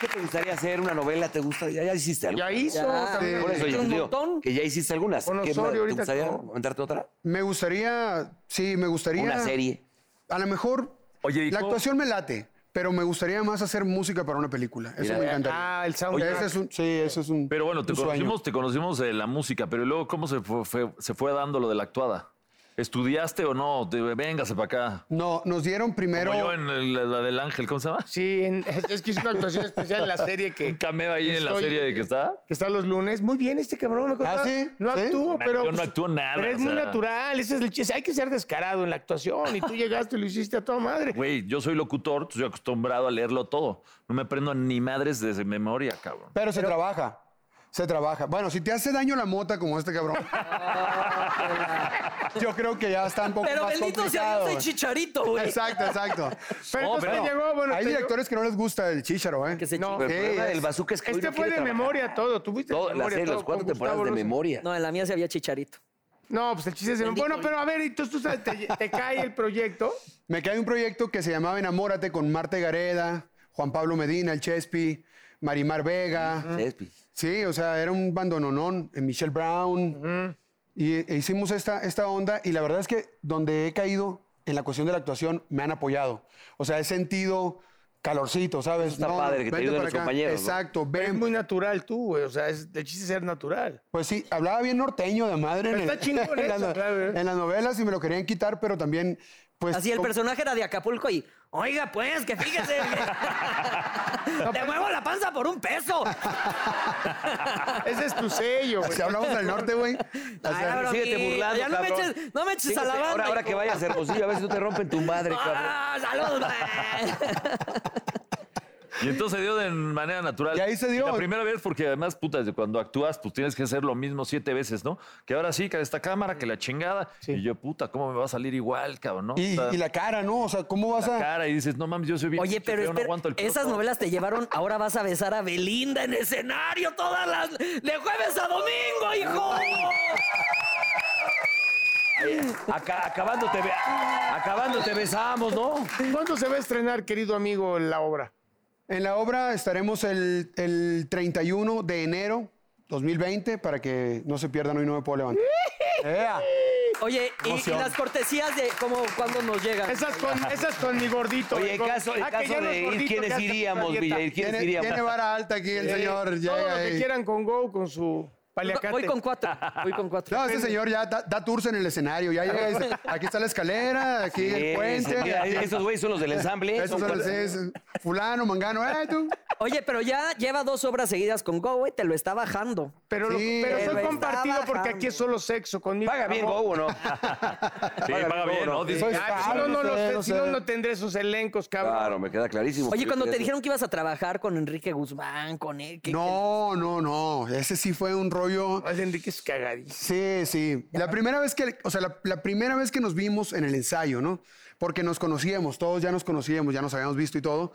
S1: ¿Qué te gustaría hacer? ¿Una novela? ¿Te gusta? ¿Ya, ya hiciste algo?
S3: Ya hizo.
S2: Ya,
S3: también.
S1: Por eso,
S2: Hiciste
S1: yo
S2: un
S1: te digo
S2: montón.
S1: Que ya hiciste algunas.
S3: Con
S1: ¿Qué,
S3: Osorio
S1: ¿Te
S3: ahorita
S1: gustaría
S3: acabó.
S1: aventarte otra?
S5: Me gustaría, sí, me gustaría.
S1: Una serie.
S5: A lo mejor
S4: Oye, ¿y
S5: la
S4: cómo-
S5: actuación me late, pero me gustaría más hacer música para una película. Eso
S1: Mira.
S5: me encantaría.
S3: Ah, el sound.
S5: Ese es un, sí, eso es un.
S4: Pero bueno, te
S5: un sueño.
S4: conocimos, te conocimos de la música, pero luego, ¿cómo se fue, fue- se fue dando lo de la actuada? ¿Estudiaste o no? Te- véngase para acá.
S5: No, nos dieron primero.
S4: Como yo en el- la, la del ángel, ¿cómo se llama?
S3: Sí, en- es, es que hizo una actuación especial en la serie que.
S4: Un cameo ahí en la
S3: Estoy-
S4: serie de que está.
S3: que está los lunes. Muy bien, este cabrón. me contaba.
S5: ¿Ah, sí?
S3: No
S5: ¿Sí?
S3: actúo, pero. pues,
S4: yo no actúo nada,
S3: Pero es
S4: o
S3: muy
S4: sea.
S3: natural. Ese es el chiste. Hay que ser descarado en la actuación. Y tú llegaste y lo hiciste a toda madre.
S4: Güey, yo soy locutor, estoy acostumbrado a leerlo todo. No me aprendo ni madres de memoria, cabrón.
S5: Pero se trabaja. Se trabaja. Bueno, si te hace daño la mota como este cabrón. yo creo que ya está un poco
S2: Pero
S5: más
S2: bendito sea
S5: complicado.
S2: Dios, soy chicharito, güey.
S5: Exacto, exacto.
S3: Pero
S4: No,
S3: entonces
S4: pero
S3: te
S4: no.
S3: llegó, bueno,
S5: Hay
S3: te llegó-
S5: directores que no les gusta el chícharo, ¿eh?
S2: Que se
S3: No,
S2: chingue.
S1: Pero el
S5: Sí,
S1: problema del
S5: es-
S1: bazooka es que hoy
S3: Este
S1: no
S3: fue
S1: quiere
S3: de
S1: trabajar.
S3: memoria todo. Tuviste
S1: Todo,
S3: de
S1: la
S3: memoria
S1: serie,
S3: todo
S1: las cuatro
S3: con Gustavo
S1: temporadas de
S3: Loza.
S1: memoria.
S2: No, en la mía se había chicharito.
S3: No, pues el chiste es de
S2: Bendito
S3: Bueno,
S2: hoy.
S3: pero a ver, entonces tú sabes, te, te cae el proyecto.
S5: Me cae un proyecto que se llamaba Enamórate con Marte Gareda, Juan Pablo Medina, el Chespi, Marimar Vega.
S1: Chespi.
S5: Sí, o sea, era un bandononón, eh, Michelle Brown. Y eh, hicimos esta, esta onda y la verdad es que donde he caído en la cuestión de la actuación me han apoyado. O sea, he sentido calorcito, ¿sabes?
S1: está padre, que te
S5: vente
S1: ayuden
S5: para
S1: los
S5: acá.
S1: compañeros, ¿no?
S5: Exacto,
S3: Es
S5: ven.
S3: muy natural tú, güey. O sea, es, el chiste es ser natural.
S5: Pues sí, hablaba bien norteño de madre en,
S3: Está
S5: el-
S3: chingón
S5: en las
S3: eso,
S5: no-
S3: claro, ¿eh?
S5: en las novelas y me lo querían quitar, pero también Pues,
S2: Así el
S5: como-
S2: personaje era de Acapulco y, oiga, pues, que fíjese. que- Te muevo la panza por un peso.
S3: Ese es tu sello, güey.
S5: Si hablamos del norte, güey.
S2: Ay,
S1: sea,
S2: cabrón,
S1: síguete
S2: y-
S1: burlando,
S2: Ya no me
S1: cabrón.
S2: eches, no me eches a la
S1: Fíjate,
S2: banda.
S1: Ahora, ahora
S2: hijo.
S1: que vayas a Hermosillo, a ver si no te rompen tu madre, cabrón.
S2: ¡Ah, pues. salud!
S4: Y entonces se dio de manera natural.
S5: Y ahí se dio.
S4: la primera vez, porque además, puta, desde cuando actúas, pues tienes que hacer lo mismo siete veces, ¿no? Que ahora sí, que esta cámara, que la chingada. Y yo, puta, ¿cómo me va a salir igual, cabrón? ¿no?
S5: Y,
S4: O sea,
S5: y la cara, ¿no? O sea, ¿cómo vas
S4: la
S5: a...?
S4: cara y dices, no mames, yo soy bien.
S2: Oye,
S4: pinche
S2: pero
S4: feo, no
S2: espera,
S4: aguanto el crudo.
S2: esas novelas te llevaron, ahora vas a besar a Belinda en escenario todas las... ¡De jueves a domingo, hijo!
S1: Aca- acabándote, be- acabándote besamos, ¿no?
S3: ¿Cuándo se va a estrenar, querido amigo, la obra?
S5: En la obra estaremos el, el 31 de enero 2020 para que no se pierdan hoy no me puedo levantar. ¡Ea!
S2: Oye, y- y,
S5: Emoción.
S2: las cortesías de cómo, cuando nos llegan.
S3: Esas con, esas con mi gordito.
S1: Oye,
S3: el
S1: en
S3: gor-
S1: caso, en
S3: Ah, que
S1: caso
S3: ya los
S1: de ir,
S3: gorditos
S1: ¿quiénes
S3: ya están
S1: iríamos,
S3: en la
S1: Villa?
S3: dieta.
S1: ¿Ir ¿Quiénes
S5: Tiene,
S1: iríamos?
S5: tiene vara alta aquí el señor.
S3: Eh,
S5: ya,
S3: todo lo que
S5: eh.
S3: quieran con Go, con su paliacate.
S2: Voy con cuatro, voy con cuatro.
S5: No, ese señor ya da, da tours en el escenario. Ya llega y dice, aquí está la escalera, aquí el
S1: Sí,
S5: puente.
S1: sí, mira,
S5: aquí-
S1: Esos güeyes son los del ensamble.
S5: esos
S1: son
S5: son
S1: cuatro-
S5: los- es- fulano, mangano, eh, tú.
S2: Oye, pero ya lleva dos obras seguidas con Go, güey, te lo está bajando.
S3: Pero, lo-
S5: Sí,
S3: pero
S2: pero
S3: soy
S2: está
S3: compartido porque
S2: bajando.
S3: aquí es solo sexo conmigo.
S1: Paga bien,
S3: Amor.
S1: Go, ¿o no?
S4: Sí, paga bien, ¿no? Dice,
S5: Soy-
S3: Ah, si
S5: Ah,
S3: no, no,
S5: no
S3: lo
S5: sé,
S3: sé,
S5: no
S3: si no,
S5: sé.
S3: no tendré sus elencos, cabrón.
S1: Claro, me queda clarísimo.
S2: Oye,
S1: Yo
S2: cuando
S1: quería
S2: te
S1: ser-
S2: dijeron que ibas a trabajar con Enrique Guzmán, con él, ¿qué-
S5: No, no, no. Ese sí fue un rollo.
S3: Ay, Enrique es cagadísimo.
S5: Sí, sí. La primera vez que, o sea, la, la primera vez que nos vimos en el ensayo, ¿no? Porque nos conocíamos, todos ya nos conocíamos, ya nos habíamos visto y todo.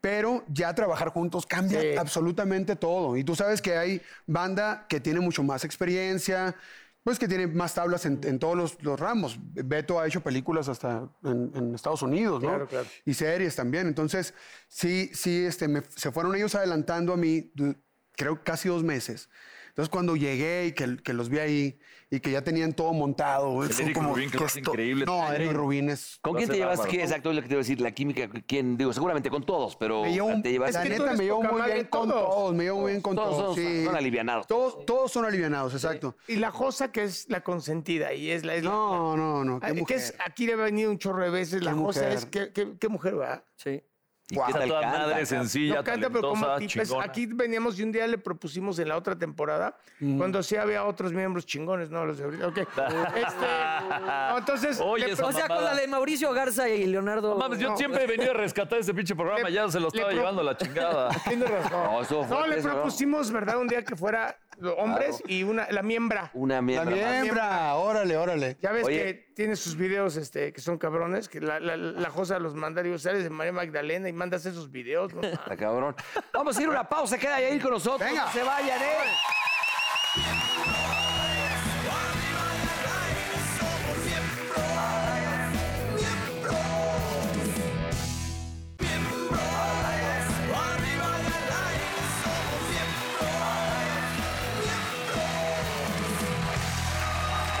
S5: Pero ya trabajar juntos cambia absolutamente todo. Y tú sabes que hay banda que tiene mucho más experiencia, pues que tiene más tablas en, en todos los, los ramos. Beto ha hecho películas hasta en, en Estados Unidos, ¿no?
S3: Claro, claro.
S5: Y series también. Entonces, sí, sí, este, me- se fueron ellos adelantando a mí, du- creo casi dos meses. Entonces, cuando llegué y que, que los vi ahí y que ya tenían todo montado, güey,
S4: El
S5: fue
S4: Eric Rubin, que lo hace increíble
S5: No,
S4: también.
S5: Eric Rubin es.
S1: ¿Con
S4: No
S1: quién
S4: sé,
S1: te llevas?
S4: bárbaro.
S1: ¿Qué exacto es lo que te iba a decir? La química, ¿quién? Digo, seguramente con todos, pero
S5: Me llevo,
S1: te llevas.
S5: la
S3: que tú
S5: neta,
S3: eres
S5: me llevo
S3: poca
S5: muy
S3: madre
S5: bien
S3: de
S5: con
S3: todos.
S5: todos. Me llevo muy bien con
S1: Todos son-
S5: todos. sí.
S1: son alivianados.
S5: Todos, todos son alivianados, exacto.
S3: Y la Josa, que es la consentida, y es la. Es la-
S5: No, no, no.
S3: Ah,
S5: Qué
S3: que
S5: mujer.
S3: es, aquí le ha venido un chorro de veces. La
S5: Qué
S3: Josa
S5: mujer.
S3: es. ¿Qué, qué, qué mujer va?
S2: Sí.
S1: ¿Y
S5: Guau.
S1: qué
S4: Está
S1: tal
S4: toda
S1: canta?
S4: madre sencilla,
S3: no canta, pero como
S4: talentosa,
S3: tipo es-
S4: chingona.
S3: aquí veníamos y un día le propusimos en la otra temporada, cuando sí había otros miembros chingones, no los de ahorita. Ok. Este, no, entonces,
S4: Oye,
S3: le
S4: esa
S2: O sea, con la de Mauricio Garza y Leonardo...
S4: No mames, yo
S3: No.
S4: siempre he venido a rescatar ese pinche programa,
S3: Le-
S4: ya se lo
S3: le
S4: estaba
S3: pro-
S4: llevando la chingada.
S3: Tiene razón.
S1: No, eso fue
S3: No, le
S1: tres, ¿no?
S3: propusimos, ¿verdad? Un día que fuera hombres
S1: Claro.
S3: y una, la miembra.
S1: Una
S5: La
S1: mierda. más.
S5: miembra, órale, órale.
S3: Ya ves
S1: Oye.
S3: que tiene sus videos este, que son cabrones, que la, la, la Josa los manda, digo, sales de María Magdalena y mandas esos videos. ¿no?
S1: Está cabrón. Vamos a ir a una pausa, queda ahí con nosotros.
S5: Venga.
S1: No se vayan, ¿eh?
S2: Señoras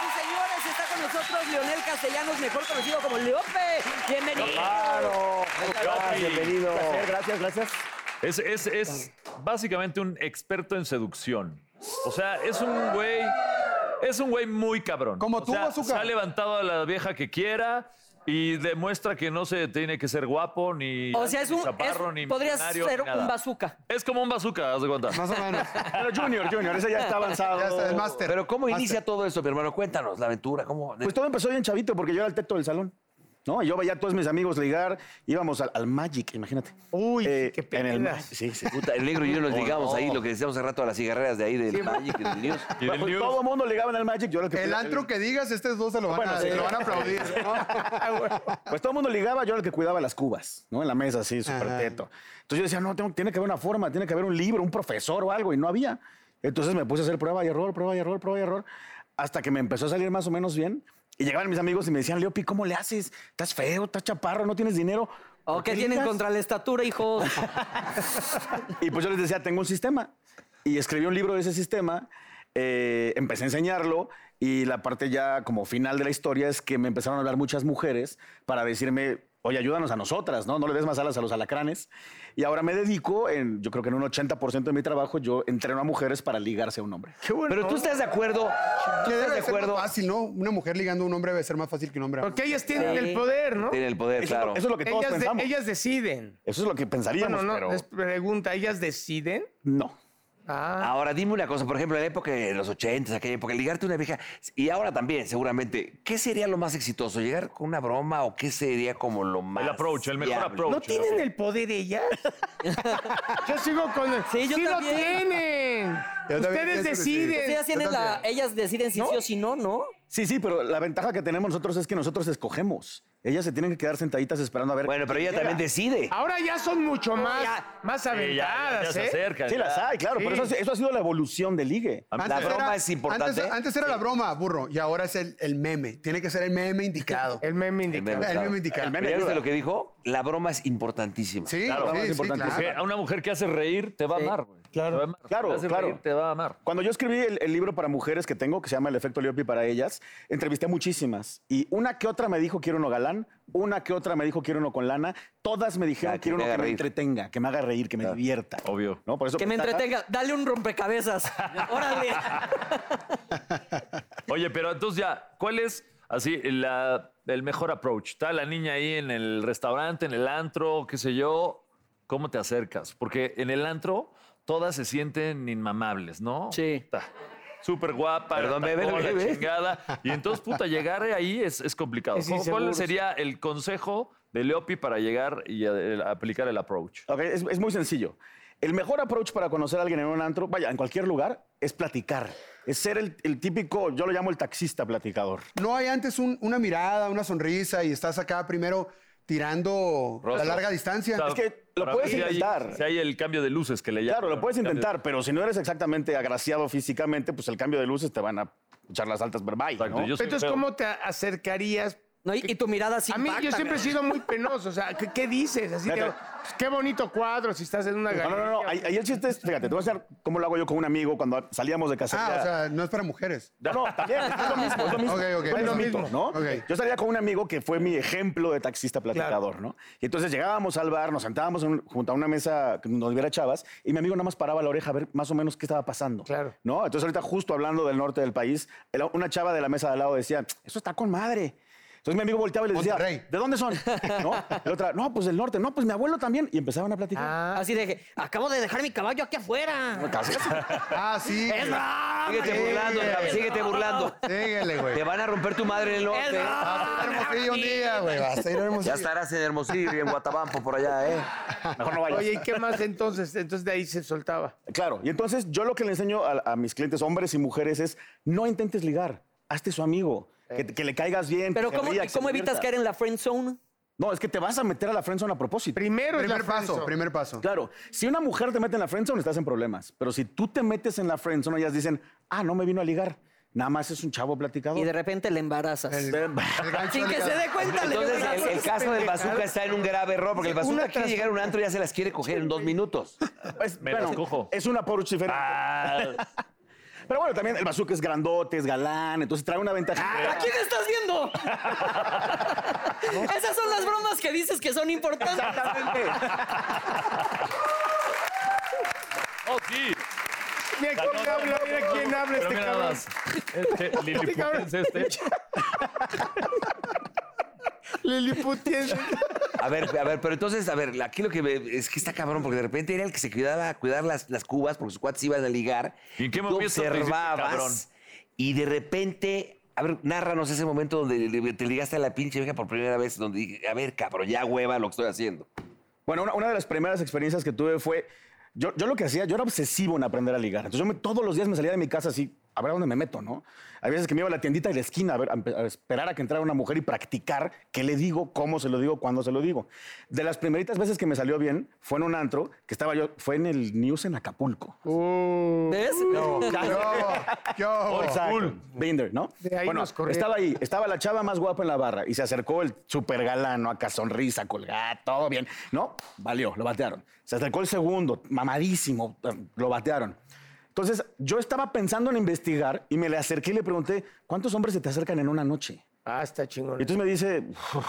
S2: y señores, está con nosotros Leonel Castellanos, mejor conocido como Leope. Bienvenido.
S1: Claro.
S4: Yopi.
S1: Bienvenido.
S2: Gracias, gracias.
S4: Es, es- es básicamente un experto en seducción. O sea, es un güey. Es un güey muy cabrón.
S5: Como
S4: O
S5: tú,
S4: sea,
S5: Bazooka.
S4: Se ha levantado a la vieja que quiera y demuestra que no se tiene que ser guapo ni.
S2: O sea, es un.
S4: Ni chaparro,
S2: es-
S4: ni
S2: podrías
S4: millonario,
S2: ser
S4: ni nada.
S2: un bazooka.
S4: Es como un bazooka, haz de cuenta.
S5: Más o menos.
S6: Pero Junior, Junior, ese ya está avanzado.
S5: Ya está, el máster.
S1: Pero ¿cómo
S5: Máster.
S1: inicia todo esto, mi hermano? Cuéntanos la aventura. ¿Cómo?
S6: Pues todo empezó bien chavito porque yo era el teto del salón. ¿No? Y Yo veía a todos mis amigos ligar, íbamos al, al Magic, imagínate.
S3: Uy,
S6: Eh,
S3: qué
S6: en
S3: pena.
S6: el Magic. Sí, sí.
S1: Puta, el negro y yo nos ligamos
S6: no.
S1: ahí, lo que decíamos hace rato a las cigarreras de ahí del Magic y del News.
S4: Y del
S6: Pues
S4: news.
S6: todo el mundo ligaba en el Magic, yo era el que
S5: El antro que digas, estos dos se lo van,
S6: Bueno,
S5: a,
S6: sí.
S5: se lo van a aplaudir.
S6: Pues todo el mundo ligaba, yo era el que cuidaba las cubas, ¿no? En la mesa, así, súper
S5: Ajá.
S6: teto. Entonces yo decía, no, tengo- tiene que haber una forma, tiene que haber un libro, un profesor o algo, y no había. Entonces me puse a hacer prueba y error, prueba y error, prueba y error, hasta que me empezó a salir más o menos bien. Y llegaban mis amigos y me decían, Leopi, ¿cómo le haces? Estás feo, estás chaparro, no tienes dinero.
S2: O
S6: ¿Por
S2: que
S6: qué
S2: tienen
S6: ligas?"
S2: contra la estatura, hijo.
S6: Y pues yo les decía, tengo un sistema. Y escribí un libro de ese sistema, eh, empecé a enseñarlo y la parte ya como final de la historia es que me empezaron a hablar muchas mujeres para decirme, oye, ayúdanos a nosotras, ¿no? No le des más alas a los alacranes. Y ahora me dedico, en, yo creo que en un 80% de mi trabajo, yo entreno a mujeres para ligarse a un hombre.
S3: Qué bueno.
S1: Pero tú estás de acuerdo. Tú
S5: Debe
S1: estás de
S5: ser más
S1: acuerdo.
S5: fácil, ¿no? Una mujer ligando a un hombre debe ser más fácil que un hombre. a-
S3: Porque ellas tienen
S2: Sí.
S3: el poder, ¿no?
S1: Tiene el poder,
S6: Eso, es
S1: claro.
S6: lo- eso es lo que todos
S3: Ellas, de-
S6: pensamos.
S3: ellas deciden.
S6: Eso es lo que pensaríamos,
S3: Bueno, no,
S6: pero
S3: les pregunta, ¿ellas deciden?
S6: no.
S3: Ah,
S1: Ahora, dime una cosa, por ejemplo, en la época de los 80, aquella época, ligarte a una vieja, y ahora también, seguramente, ¿qué sería lo más exitoso? ¿Llegar con una broma o qué sería como lo más.
S4: approach, el mejor approach.
S3: ¿no tienen el poder ellas? yo sigo con el...
S2: Sí, yo
S3: lo
S2: también.
S3: tienen.
S5: Yo también
S3: Ustedes
S5: pienso que sí.
S3: deciden.
S2: Ellas, tienen la- ellas deciden si sí o si no, ¿no?
S6: Sí, sí, pero la ventaja que tenemos nosotros es que nosotros escogemos. Ellas se tienen que quedar sentaditas esperando a ver.
S1: Bueno, pero ella también decide.
S3: Ahora ya son mucho más, más
S4: Sí, ya- ya
S3: aventadas,
S4: se
S3: ¿eh?
S4: acercan.
S6: Sí, las
S4: ya.
S6: hay, claro. Pero
S3: Sí.
S6: eso, eso ha sido la evolución del ligue.
S1: La broma es importante.
S5: Antes, antes era la broma, burro, y ahora es el, el meme. Tiene que ser el meme indicado.
S3: El meme
S1: El
S3: indica.
S1: meme,
S5: El
S1: claro.
S5: meme indicado.
S1: Pero ¿Ya viste lo que dijo? La broma es importantísima.
S5: Sí,
S6: Claro,
S5: sí,
S6: más
S5: sí,
S6: importante.
S5: claro.
S4: Que a una mujer que hace reír te va a amar, güey. Te va a amar.
S6: Claro,
S4: Te hace
S6: claro.
S4: reír, te va a amar.
S6: Cuando yo escribí el, el libro para mujeres que tengo, que se llama El efecto Leopi para ellas, entrevisté a muchísimas. Y una que otra me dijo quiero uno galán, una que otra me dijo quiero uno con lana, todas me dijeron
S1: Ah, que
S6: quiero
S1: te
S6: uno que
S1: haga
S6: me
S1: reír".
S6: entretenga, que me haga reír, que me divierta.
S4: Obvio.
S6: ¿No? Por eso pues,
S2: Que me
S6: pensaba-
S2: entretenga. Dale un rompecabezas. Órale.
S4: Oye, pero entonces ya, ¿cuál es así la- el mejor approach? Está la niña ahí en el restaurante, en el antro, qué sé yo. ¿Cómo te acercas? Porque en el antro todas se sienten inmamables, ¿no?
S2: Sí.
S4: Puta, Súper guapa,
S1: Perdón,
S4: tacón,
S1: bebé, lo que
S4: la
S1: ves.
S4: chingada. Y entonces, puta, llegar ahí es, es complicado.
S3: Es
S4: ¿Cómo-
S3: inseguro,
S4: ¿Cuál
S3: sí.
S4: sería el consejo de Leopi para llegar y eh, aplicar el approach?
S6: Ok, es, es muy sencillo. El mejor approach para conocer a alguien en un antro, vaya, en cualquier lugar, es platicar. Es ser el, el típico, yo lo llamo el taxista platicador.
S5: No hay antes un- una mirada, una sonrisa y estás acá primero tirando
S4: Rostro.
S5: la larga distancia.
S4: O sea,
S6: Es que lo
S4: para
S6: puedes
S4: mí sí hay-
S6: intentar.
S4: sí hay el cambio de luces que le llaman.
S6: Claro, lo puedes
S4: Cambio de-
S6: intentar, pero si no eres exactamente agraciado físicamente, pues el cambio de luces te van a echar las altas verbales.
S4: Exacto, yo soy
S3: Entonces,
S4: feo.
S3: ¿cómo te acercarías?
S2: No, y, y tu mirada así.
S3: A mí, yo
S2: impacta,
S3: siempre he
S2: ¿no?
S3: sido muy penoso. O sea, ¿qué, qué dices? Así
S6: Fíjate.
S3: que, pues, qué bonito cuadro si estás en una
S6: No,
S3: galería.
S6: no, no, no, Ahí, ahí el chiste es, fíjate, te voy a enseñar cómo lo hago yo con un amigo cuando salíamos de casa.
S5: Ah, o sea, no es para mujeres.
S6: No, no, también, es lo mismo, es lo mismo.
S5: Ok, ok.
S6: Son
S5: Es lo
S6: los
S3: mismo.
S6: mitos, ¿no?
S5: Ok.
S6: Yo salía con un amigo que fue mi ejemplo de taxista platicador, ¿no? Y entonces llegábamos al bar, nos sentábamos en un- junto a una mesa que nos viera chavas y mi amigo nada más paraba la oreja a ver más o menos qué estaba pasando.
S3: Claro.
S6: ¿No? Entonces ahorita justo hablando del norte del país, el- una chava de la mesa de al lado decía, eso está con madre. Entonces mi amigo volteaba y le decía,
S5: Monterrey.
S6: ¿de dónde son? ¿No? La otra, no, pues del norte. No, pues mi abuelo también. Y empezaban a platicar.
S3: Ah.
S2: Así de que acabo de dejar mi caballo aquí afuera.
S6: Casi, casi.
S5: Ah, sí.
S2: Es broma,
S1: Síguete
S5: Sí.
S1: burlando, Travis, síguete burlando.
S5: Síguele, güey.
S1: Te van a romper tu madre en el
S2: es
S1: norte.
S2: broma.
S5: Vas a ir a Hermosillo un día, güey. Vas a ir a Hermosillo.
S1: Ya estarás en Hermosillo y en Guatabampo por allá, ¿eh?
S6: Mejor no vayas.
S3: Oye, ¿y qué más entonces? Entonces de ahí se soltaba.
S6: Claro, y entonces yo lo que le enseño a, a mis clientes, hombres y mujeres, es no intentes ligar, hazte su amigo, que, que le caigas bien.
S2: Pero
S6: que
S2: ¿cómo,
S6: ría,
S2: ¿y
S6: que se
S2: cómo evitas
S6: divierta.
S2: caer en la friend zone?
S6: No, es que te vas a meter a la friendzone a propósito.
S3: Primero es
S5: Primer
S3: la friendzone.
S5: paso, primer paso.
S6: Claro, si una mujer te mete en la friendzone, estás en problemas. Pero si tú te metes en la friendzone, ellas dicen, ah, no me vino a ligar, nada más es un chavo platicador.
S2: Y de repente le embarazas.
S5: El- el gancho
S2: Sin
S5: de
S2: que
S5: la-
S2: se dé cuenta. le
S1: Entonces, el, el
S2: embarazas.
S1: caso del bazooka está en un grave error, porque el bazooka
S3: Una
S1: quiere
S3: tras-
S1: llegar a un antro y ya se las quiere coger en dos minutos.
S6: Es,
S4: Me las cojo.
S6: es una approach diferente. Pero bueno, también el bazooka es grandote, es galán, entonces trae una ventaja.
S2: ¿A quién estás viendo? Esas son las bromas que dices que son importantes.
S4: Oh, sí.
S3: Mira quién habla, mira quién habla
S4: Pero
S3: este
S4: mira
S3: cabrón.
S4: más. Este liliputense este.
S3: Liliputiense.
S1: A ver, a ver, pero entonces, a ver, aquí lo que me- es que está cabrón, porque de repente era el que se cuidaba a cuidar las, las cubas, porque sus cuates iban a ligar.
S4: ¿Y en qué
S1: Tú
S4: momento te hiciste cabrón?
S1: observabas y de repente, a ver, nárranos ese momento donde li- te ligaste a la pinche vieja por primera vez, donde dije, a ver, cabrón, ya hueva lo que estoy haciendo.
S6: Bueno, una, una de las primeras experiencias que tuve fue. Yo, yo lo que hacía, yo era obsesivo en aprender a ligar. Entonces, yo me- todos los días me salía de mi casa así, a ver a dónde me meto, ¿no? Hay veces que me iba a la tiendita de la esquina a, ver- a empe- a esperar a que entrara una mujer y practicar qué le digo, cómo se lo digo, cuándo se lo digo. De las primeritas veces que me salió bien fue en un antro que estaba yo, fue en el News en Acapulco.
S2: ¿Ves?
S5: ¿Qué hubo? ¿Qué hubo?
S6: Exacto. Binder, ¿no?
S3: Oh, De ahí
S6: bueno,
S3: nos corrieron.
S6: estaba ahí, estaba la chava más guapa en la barra y se acercó el super galano acá, sonrisa, colgada, todo bien. No, valió, lo batearon. Se acercó el segundo, mamadísimo, eh, lo batearon. Entonces, yo estaba pensando en investigar y me le acerqué y le pregunté, ¿cuántos hombres se te acercan en una noche?
S3: Ah, está chingón.
S6: Y entonces me dice, "Uf,